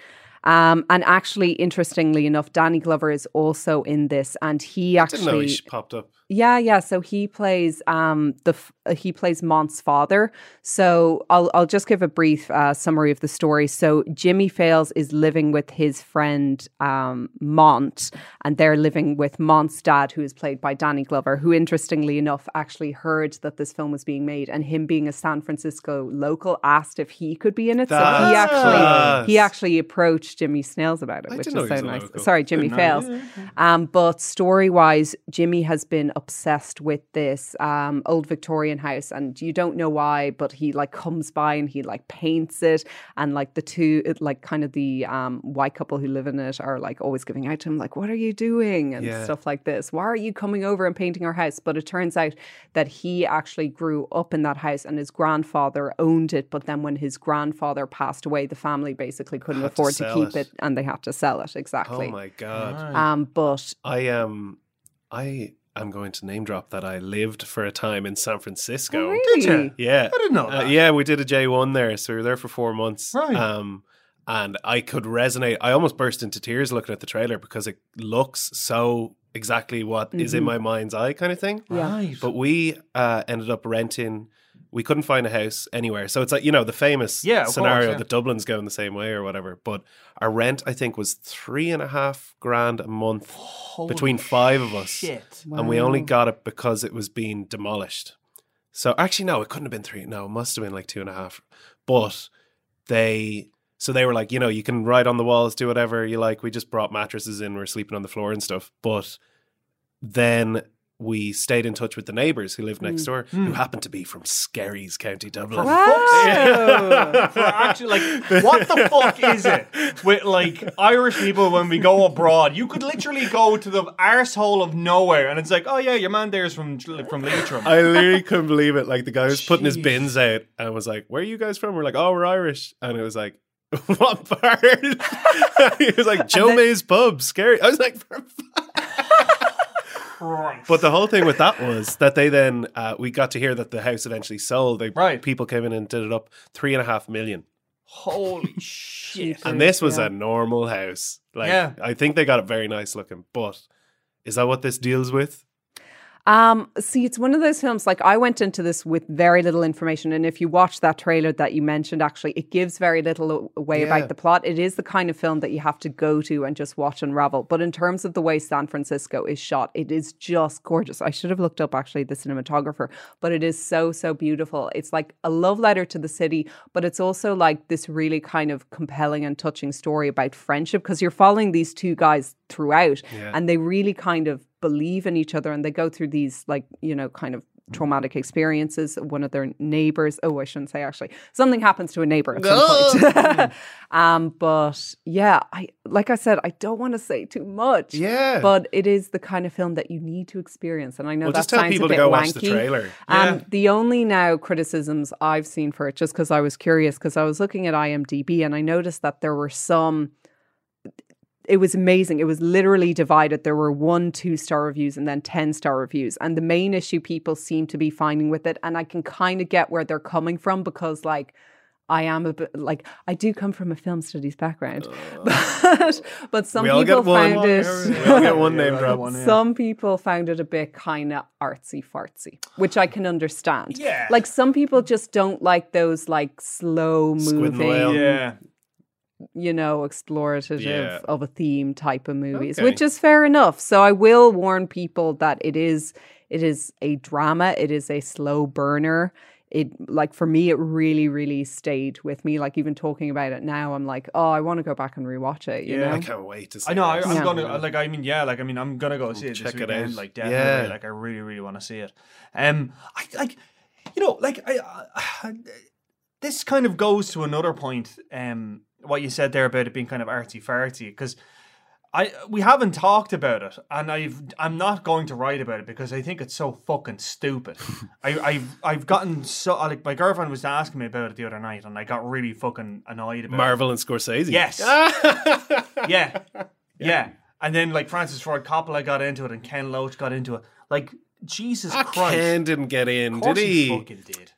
[SPEAKER 5] Um, and actually, interestingly enough, Danny Glover is also in this, and he
[SPEAKER 2] Didn't know
[SPEAKER 5] actually,
[SPEAKER 2] he sh- popped up.
[SPEAKER 5] yeah, yeah. So he plays um, the f- uh, he plays Mont's father. So I'll I'll just give a brief uh, summary of the story. So Jimmy Fails is living with his friend um, Mont, and they're living with Mont's dad, who is played by Danny Glover, who interestingly enough actually heard that this film was being made, and him being a San Francisco local asked if he could be in it. so he
[SPEAKER 2] That's class.
[SPEAKER 5] actually he actually approached Jimmy Snails about it,
[SPEAKER 2] I
[SPEAKER 5] which is
[SPEAKER 2] didn't know he
[SPEAKER 5] so
[SPEAKER 2] was a
[SPEAKER 5] nice.
[SPEAKER 2] local.
[SPEAKER 5] Sorry, Jimmy Fails. Um, but story wise, Jimmy has been obsessed with this um, old Victorian house, and you don't know why, but he like comes by and he like paints it, and like the two, it, like kind of the um, white couple who live in it are like always giving out to him, like, "What are you doing?" and
[SPEAKER 2] Yeah.
[SPEAKER 5] stuff like this. Why are you coming over and painting our house? But it turns out that he actually grew up in that house, and his grandfather owned it. But then when his grandfather passed away, the family basically couldn't
[SPEAKER 2] Had to
[SPEAKER 5] afford to,
[SPEAKER 2] sell
[SPEAKER 5] keep
[SPEAKER 2] it.
[SPEAKER 5] it. and they had to sell it. Exactly.
[SPEAKER 2] Oh my god.
[SPEAKER 5] Um, but
[SPEAKER 2] I um, I am going to name drop that I lived for a time in San Francisco.
[SPEAKER 5] Oh, really? Oh,
[SPEAKER 1] ya?
[SPEAKER 2] Yeah.
[SPEAKER 1] I didn't know
[SPEAKER 2] Uh,
[SPEAKER 1] that.
[SPEAKER 2] yeah, we did a J1 there. So we were there for four months.
[SPEAKER 1] Right.
[SPEAKER 2] Um, and I could resonate. I almost burst into tears looking at the trailer because it looks so exactly what is
[SPEAKER 5] Mm-hmm.
[SPEAKER 2] in my mind's eye kind of thing.
[SPEAKER 5] Yeah.
[SPEAKER 1] Right.
[SPEAKER 2] But we uh, ended up renting. We couldn't find a house anywhere. So it's like, you know, the famous
[SPEAKER 1] Yeah, of course,
[SPEAKER 2] scenario
[SPEAKER 1] yeah.
[SPEAKER 2] that Dublin's going the same way or whatever. But our rent, I think, was three and a half grand a month between five of us
[SPEAKER 1] shit.
[SPEAKER 2] and we only got it because it was being demolished. So actually, no, it couldn't have been three. No, it must have been like two and a half. But they, so they were like, you know, you can write on the walls, do whatever you like. We just brought mattresses in, we are sleeping on the floor and stuff. But then we stayed in touch with the neighbors who lived next door, who happened to be from Skerries, County Dublin.
[SPEAKER 5] Wow.
[SPEAKER 1] For actually, like, what the fuck is it with like Irish people when we go abroad? You could literally go to the arsehole of nowhere, and it's like, oh yeah, your man there is from from Leitrim.
[SPEAKER 2] I literally couldn't believe it. Like the guy was putting his bins out and was like, "Where are you guys from?" We're like, "Oh, we're Irish," and it was like, what part? he was like Joe May's pub, scary. I was like, for
[SPEAKER 1] Christ.
[SPEAKER 2] But the whole thing with that was that they then uh, we got to hear that the house eventually sold. They
[SPEAKER 1] Right.
[SPEAKER 2] people came in and did it up three and a half million,
[SPEAKER 1] Holy shit.
[SPEAKER 2] and this was
[SPEAKER 5] yeah.
[SPEAKER 2] a normal house. Like
[SPEAKER 1] Yeah.
[SPEAKER 2] I think they got it very nice looking. But is that what this deals with?
[SPEAKER 5] Um, see, it's one of those films. Like I went into this with very little information, and if you watch that trailer that you mentioned, actually, it gives very little a- away
[SPEAKER 2] Yeah.
[SPEAKER 5] about the plot. It is the kind of film that you have to go to and just watch unravel. But in terms of the way San Francisco is shot, it is just gorgeous. I should have looked up actually the cinematographer, but it is so so beautiful. It's like a love letter to the city, but it's also like this really kind of compelling and touching story about friendship because you're following these two guys throughout
[SPEAKER 2] Yeah.
[SPEAKER 5] and they really kind of believe in each other and they go through these like you know kind of traumatic experiences one of their neighbors oh i shouldn't say actually something happens to a neighbor at some point um but yeah i like i said i don't want to say too much
[SPEAKER 2] Yeah.
[SPEAKER 5] but it is the kind of film that you need to experience and i know
[SPEAKER 2] well,
[SPEAKER 5] that
[SPEAKER 2] just tell
[SPEAKER 5] sounds
[SPEAKER 2] people
[SPEAKER 5] a
[SPEAKER 2] to
[SPEAKER 5] bit
[SPEAKER 2] go
[SPEAKER 5] wanky
[SPEAKER 2] watch the trailer.
[SPEAKER 5] um, the only now criticisms I've seen for it, just because I was curious, because I was looking at IMDb and I noticed that there were some. It was amazing. It was literally divided. There were one, two star reviews and then 10 star reviews. And the main issue people seem to be finding with it, and I can kind of get where they're coming from because, like, I am a bit like, I do come from a film studies background. but, but some
[SPEAKER 2] we all
[SPEAKER 5] people
[SPEAKER 2] get one.
[SPEAKER 5] found it.
[SPEAKER 2] We all get one name drop.
[SPEAKER 5] Some people found it a bit kind of artsy fartsy, which I can understand.
[SPEAKER 1] Yeah.
[SPEAKER 5] Like some people just don't like those like slow
[SPEAKER 2] Squid and the
[SPEAKER 5] moving,
[SPEAKER 2] Whale.
[SPEAKER 1] Yeah.
[SPEAKER 5] you know, explorative
[SPEAKER 2] Yeah.
[SPEAKER 5] of a theme type of movies,
[SPEAKER 2] Okay.
[SPEAKER 5] which is fair enough. So I will warn people that it is it is a drama, it is a slow burner. It like for me, it really, really stayed with me. Like even talking about it now, I'm like, oh, I want to go back and rewatch it. You
[SPEAKER 1] Yeah.
[SPEAKER 2] I
[SPEAKER 5] know,
[SPEAKER 2] can't wait to see.
[SPEAKER 1] I know. I,
[SPEAKER 2] this.
[SPEAKER 1] I'm
[SPEAKER 5] Yeah.
[SPEAKER 1] gonna uh, like. I mean, yeah. Like, I mean, I'm gonna go see it
[SPEAKER 2] Check
[SPEAKER 1] this
[SPEAKER 2] it
[SPEAKER 1] weekend.
[SPEAKER 2] out.
[SPEAKER 1] Like, definitely.
[SPEAKER 2] Yeah.
[SPEAKER 1] Like, I really, really want to see it. Um, I like, you know, like I, I, this kind of goes to another point. Um, what you said there about it being kind of artsy fartsy because. I we haven't talked about it, and I've I'm not going to write about it because I think it's so fucking stupid. I, I've I've gotten so like my girlfriend was asking me about it the other night, and I got really fucking annoyed about it.
[SPEAKER 2] Marvel and Scorsese. Ah!
[SPEAKER 1] Yes. yeah. yeah. And then like Francis Ford Coppola got into it and Ken Loach got into it. Like Jesus
[SPEAKER 2] Ah,
[SPEAKER 1] Christ.
[SPEAKER 2] Ken didn't get in,
[SPEAKER 1] Of course
[SPEAKER 2] did
[SPEAKER 1] he?
[SPEAKER 2] he?
[SPEAKER 1] fucking did.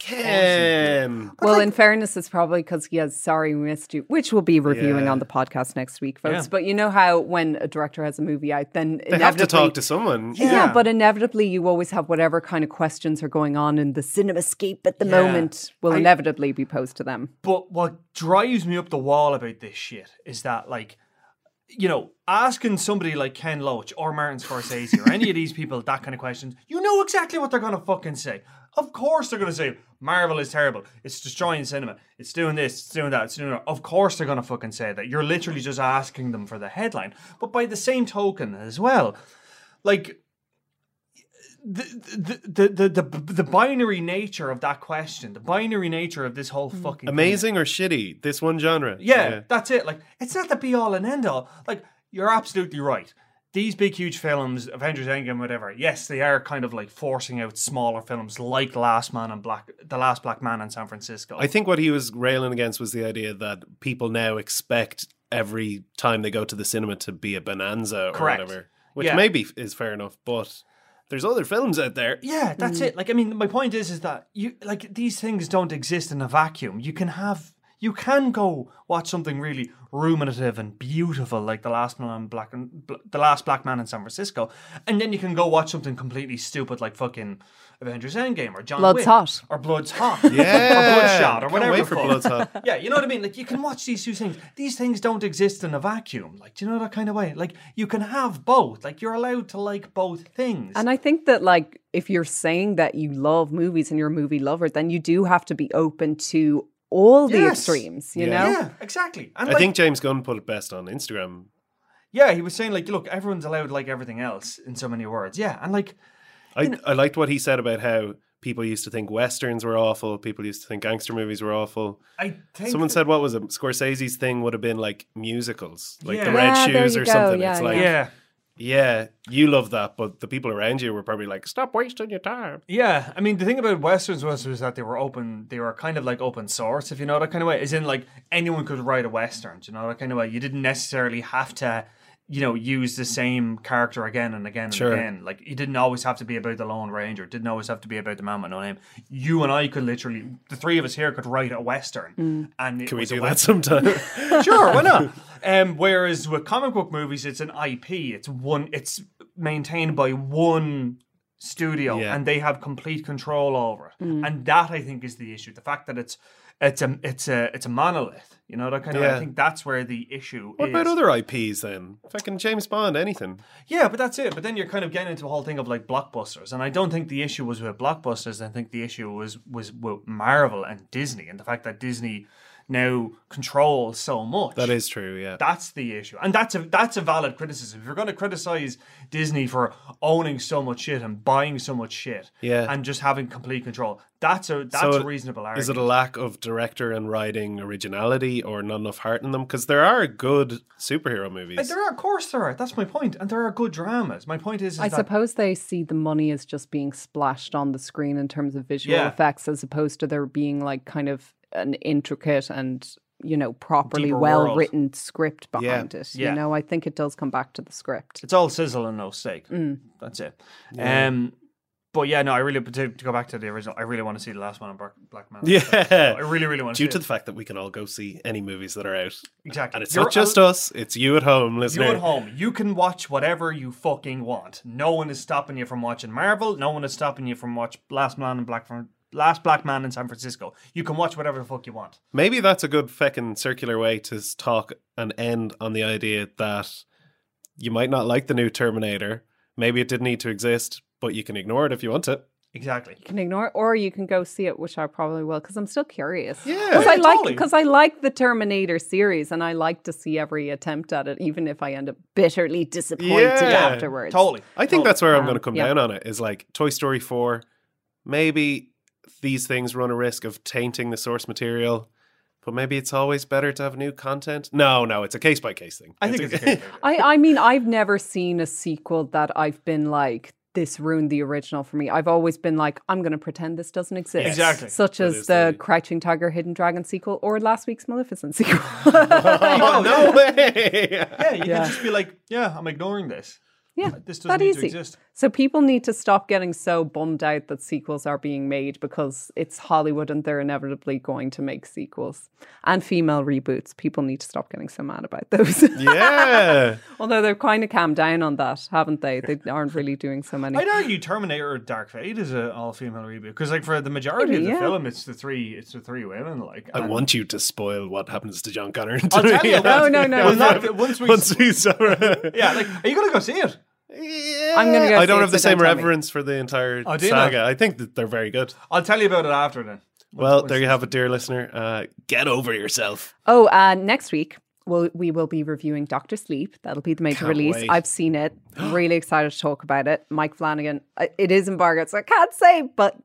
[SPEAKER 2] Ken.
[SPEAKER 5] Well, in fairness, it's probably because he has Sorry We Missed You, which we'll be reviewing
[SPEAKER 2] Yeah.
[SPEAKER 5] on the podcast next week, folks.
[SPEAKER 1] Yeah.
[SPEAKER 5] But you know how when a director has a movie out, then
[SPEAKER 2] They
[SPEAKER 5] inevitably.
[SPEAKER 2] have to talk to someone.
[SPEAKER 5] yeah.
[SPEAKER 1] Yeah.
[SPEAKER 5] but inevitably you always have whatever kind of questions are going on in the cinemascape at the
[SPEAKER 1] Yeah.
[SPEAKER 5] moment will inevitably be posed to them.
[SPEAKER 1] But what drives me up the wall about this shit is that like you know, asking somebody like Ken Loach or Martin Scorsese or any of these people that kind of questions, you know exactly what they're gonna fucking say. Of course they're gonna say Marvel is terrible. It's destroying cinema. It's doing this. It's doing that. It's doing that. Of course they're gonna fucking say that. You're literally just asking them for the headline. But by the same token as well, like the the the the, the, the binary nature of that question, the binary nature of this whole fucking thing.
[SPEAKER 2] Amazing or shitty? This one genre.
[SPEAKER 1] Yeah, that's it. Like it's not the be all and end all. Like you're absolutely right. These big huge films, Avengers Endgame, whatever. Yes, they are kind of like forcing out smaller films like Last Man and Black, The Last Black Man in San Francisco.
[SPEAKER 2] I think what he was railing against was the idea that people now expect every time they go to the cinema to be a bonanza or
[SPEAKER 1] Correct.
[SPEAKER 2] whatever, which
[SPEAKER 1] Yeah.
[SPEAKER 2] maybe is fair enough, but there's other films out there.
[SPEAKER 1] Yeah, that's it. Like, I mean, my point is, is that you like these things don't exist in a vacuum. You can have, you can go watch something really ruminative and beautiful, like the last man black, Bl- the last black man in San Francisco, and then you can go watch something completely stupid, like fucking Avengers Endgame or John
[SPEAKER 5] Blood's
[SPEAKER 1] Wick,
[SPEAKER 5] Hot.
[SPEAKER 1] or Blood's Hot,
[SPEAKER 2] Yeah.
[SPEAKER 1] or Bloodshot, or
[SPEAKER 2] Can't
[SPEAKER 1] whatever.
[SPEAKER 2] wait
[SPEAKER 1] the
[SPEAKER 2] for
[SPEAKER 1] fuck.
[SPEAKER 2] Blood's Hot.
[SPEAKER 1] yeah, you know what I mean. Like, you can watch these two things. These things don't exist in a vacuum. Like, do you know that kind of way? Like, you can have both. Like, you're allowed to like both things.
[SPEAKER 5] And I think that like if you're saying that you love movies and you're a movie lover, then you do have to be open to all the
[SPEAKER 1] Yes.
[SPEAKER 5] extremes, you
[SPEAKER 2] Yeah.
[SPEAKER 5] know?
[SPEAKER 1] Yeah, exactly. And
[SPEAKER 2] I
[SPEAKER 1] like,
[SPEAKER 2] think James Gunn put it best on Instagram.
[SPEAKER 1] yeah, he was saying like, look, everyone's allowed to like everything else in so many words. Yeah, and like,
[SPEAKER 2] I, I liked what he said about how people used to think westerns were awful, people used to think gangster movies were awful.
[SPEAKER 1] I think
[SPEAKER 2] Someone said what was it? Scorsese's thing would have been like musicals, like
[SPEAKER 1] Yeah.
[SPEAKER 2] The Red
[SPEAKER 5] Yeah, there
[SPEAKER 2] Shoes
[SPEAKER 5] you
[SPEAKER 2] or
[SPEAKER 5] go.
[SPEAKER 2] something.
[SPEAKER 5] Yeah,
[SPEAKER 2] it's
[SPEAKER 5] yeah.
[SPEAKER 2] like
[SPEAKER 1] yeah,
[SPEAKER 2] Yeah, you love that, but the people around you were probably like, "Stop wasting your time."
[SPEAKER 1] Yeah, I mean the thing about westerns was was that they were open. They were kind of like open source, if you know that kind of way. As in, like anyone could write a western. Do you know that kind of way? You didn't necessarily have to, you know, use the same character again and again and
[SPEAKER 2] Sure.
[SPEAKER 1] again. Like you didn't always have to be about the Lone Ranger. It didn't always have to be about the man with no name. You and I could literally, the three of us here could write a western. And it
[SPEAKER 2] Mm. Can we
[SPEAKER 1] was a
[SPEAKER 2] do
[SPEAKER 1] western.
[SPEAKER 2] that sometime?
[SPEAKER 1] sure, why not? Um, whereas with comic book movies, it's an IP. It's one. It's maintained by one studio,
[SPEAKER 2] Yeah.
[SPEAKER 1] and they have complete control over it. And that I think is the issue. The fact that it's it's a it's a it's a monolith. You know that kind of.
[SPEAKER 2] Yeah.
[SPEAKER 1] I think that's where the issue
[SPEAKER 2] what
[SPEAKER 1] is.
[SPEAKER 2] about other IPs then? Fucking James Bond, anything?
[SPEAKER 1] Yeah, but that's it. But then you're kind of getting into the whole thing of like blockbusters, and I don't think the issue was with blockbusters. I think the issue was was with Marvel and Disney, and the fact that Disney now controls so much.
[SPEAKER 2] That is true. Yeah.
[SPEAKER 1] That's the issue, and that's a that's a valid criticism. If you're going to criticize Disney for owning so much shit and buying so much shit,
[SPEAKER 2] Yeah.
[SPEAKER 1] and just having complete control, that's a that's
[SPEAKER 2] So
[SPEAKER 1] a reasonable argument.
[SPEAKER 2] Is it a lack of director and writing originality, or not enough heart in them? Because there are good superhero
[SPEAKER 1] And
[SPEAKER 2] movies.
[SPEAKER 1] there are, of course, there are. That's my point, and there are good dramas. My point is, is
[SPEAKER 5] I
[SPEAKER 1] that
[SPEAKER 5] suppose they see the money as just being splashed on the screen in terms of visual
[SPEAKER 1] Yeah.
[SPEAKER 5] effects, as opposed to there being like kind of an intricate and you know properly
[SPEAKER 1] Deeper
[SPEAKER 5] well
[SPEAKER 1] world.
[SPEAKER 5] written script behind it.
[SPEAKER 1] Yeah.
[SPEAKER 5] You know, I think it does come back to the script.
[SPEAKER 1] it's all sizzle and no steak.
[SPEAKER 5] Mm.
[SPEAKER 1] That's it. Um, but yeah, no, I really but to, to go back to the original. I really want to see the last one on Black, Black Man. I
[SPEAKER 2] Yeah.
[SPEAKER 1] really, really want to
[SPEAKER 2] Due
[SPEAKER 1] see
[SPEAKER 2] to
[SPEAKER 1] it.
[SPEAKER 2] the fact that we can all go see any movies that are out,
[SPEAKER 1] exactly.
[SPEAKER 2] and it's
[SPEAKER 1] You're
[SPEAKER 2] not just
[SPEAKER 1] al-
[SPEAKER 2] us; it's you at home,
[SPEAKER 1] You
[SPEAKER 2] listener.
[SPEAKER 1] at home, you can watch whatever you fucking want. No one is stopping you from watching Marvel. No one is stopping you from watch Last Man and Black Last Black Man in San Francisco. You can watch whatever the fuck you want.
[SPEAKER 2] Maybe that's a good feckin' circular way to s- talk and end on the idea that you might not like the new Terminator. Maybe it didn't need to exist, but you can ignore it if you want it.
[SPEAKER 1] Exactly.
[SPEAKER 5] You can ignore it, or you can go see it, which I probably will, because I'm still curious.
[SPEAKER 2] Yeah.
[SPEAKER 5] because I
[SPEAKER 1] Yeah,
[SPEAKER 5] like
[SPEAKER 1] totally.
[SPEAKER 5] because I like the Terminator series, and I like to see every attempt at it, even if I end up bitterly disappointed
[SPEAKER 2] Yeah,
[SPEAKER 5] afterwards.
[SPEAKER 1] Totally.
[SPEAKER 2] I think that's where I'm
[SPEAKER 5] Um,
[SPEAKER 2] going to come
[SPEAKER 5] yeah.
[SPEAKER 2] down on it is like Toy Story 4. Maybe these things run a risk of tainting the source material, but maybe it's always better to have new content. No, no, it's a case by case thing.
[SPEAKER 1] I think it's okay.
[SPEAKER 5] I, I mean, I've never seen a sequel that I've been like, this ruined the original for me. I've always been like, I'm going to pretend this doesn't exist.
[SPEAKER 1] Exactly.
[SPEAKER 5] Such
[SPEAKER 2] That
[SPEAKER 5] as
[SPEAKER 2] is
[SPEAKER 5] the
[SPEAKER 2] the-
[SPEAKER 5] Crouching Tiger, Hidden Dragon sequel or last week's Maleficent sequel.
[SPEAKER 2] oh, no way.
[SPEAKER 1] yeah, you
[SPEAKER 5] Yeah.
[SPEAKER 1] can just be like, yeah, I'm ignoring this.
[SPEAKER 5] yeah.
[SPEAKER 1] This doesn't
[SPEAKER 5] That
[SPEAKER 1] need to
[SPEAKER 5] easy.
[SPEAKER 1] exist.
[SPEAKER 5] So people need to stop getting so bummed out that sequels are being made because it's Hollywood and they're inevitably going to make sequels and female reboots. People need to stop getting so mad about those.
[SPEAKER 2] yeah.
[SPEAKER 5] Although they've kind of calmed down on that, haven't they? They aren't really doing so many.
[SPEAKER 1] I'd argue Terminator Dark Fate is an all-female reboot because, like, for the majority of the
[SPEAKER 5] Yeah.
[SPEAKER 1] film, it's the three, it's the three women. Like,
[SPEAKER 2] I
[SPEAKER 1] and-
[SPEAKER 2] want you to spoil what happens to John Connor.
[SPEAKER 1] I'll tell you.
[SPEAKER 5] No, no, no,
[SPEAKER 1] Well,
[SPEAKER 5] no.
[SPEAKER 1] not- Once we,
[SPEAKER 2] Once we saw it.
[SPEAKER 1] yeah, like, are you gonna go see it?
[SPEAKER 5] I'm gonna go
[SPEAKER 2] I
[SPEAKER 5] see
[SPEAKER 2] don't
[SPEAKER 5] it,
[SPEAKER 2] have the
[SPEAKER 5] so
[SPEAKER 2] same
[SPEAKER 5] don't tell me.
[SPEAKER 2] reverence for the entire
[SPEAKER 1] Oh, do you
[SPEAKER 2] saga. I think that they're very good.
[SPEAKER 1] I'll tell you about it after then.
[SPEAKER 2] Well, there you have it, dear listener. Uh, get over yourself.
[SPEAKER 5] Oh, uh, next week we'll, we will be reviewing Doctor Sleep. That'll be the major
[SPEAKER 2] Can't
[SPEAKER 5] release.
[SPEAKER 2] wait.
[SPEAKER 5] I've seen it. really excited to talk about it. Mike Flanagan. uh, It is embargoed, so I can't say. But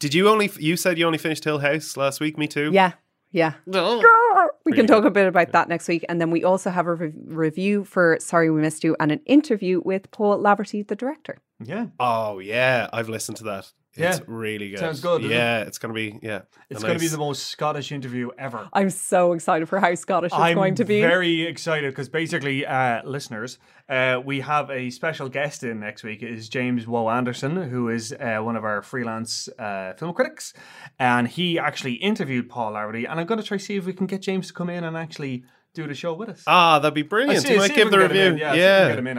[SPEAKER 2] Did you only? You said you only finished Hill House last week. Me too.
[SPEAKER 5] yeah, yeah. Grr. We can talk a bit about that next week, and then we also have a re- review for "Sorry We Missed You" and an interview with Paul Laverty, the director.
[SPEAKER 1] Yeah,
[SPEAKER 2] Oh yeah, I've listened to that. It's
[SPEAKER 1] Yeah.
[SPEAKER 2] really good.
[SPEAKER 1] Sounds good, doesn't it?
[SPEAKER 2] Yeah, it's gonna be. Yeah,
[SPEAKER 1] it's gonna be the most Scottish interview ever.
[SPEAKER 5] I'm so excited for how Scottish it's
[SPEAKER 1] I'm
[SPEAKER 5] going to be.
[SPEAKER 1] very excited because basically, uh, listeners, uh, we have a special guest in next week. It is James Woe Anderson, who is uh, one of our freelance uh, film critics, and he actually interviewed Paul Laverty. And I'm going to try see if we can get James to come in and actually do the show with us.
[SPEAKER 2] Ah, that'd be
[SPEAKER 1] Uh,
[SPEAKER 2] brilliant.
[SPEAKER 1] see-
[SPEAKER 2] you
[SPEAKER 1] see
[SPEAKER 2] might
[SPEAKER 1] if
[SPEAKER 2] give
[SPEAKER 1] we
[SPEAKER 2] the
[SPEAKER 1] can get him
[SPEAKER 2] review.
[SPEAKER 1] in. Yeah, see if we
[SPEAKER 2] yeah.
[SPEAKER 1] can get him in.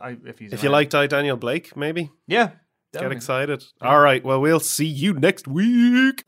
[SPEAKER 1] I, I, if he's
[SPEAKER 2] If you
[SPEAKER 1] around.
[SPEAKER 2] like, die Daniel Blake, maybe.
[SPEAKER 1] yeah,
[SPEAKER 2] Get
[SPEAKER 1] definitely.
[SPEAKER 2] excited. All right. Well, we'll see you next week.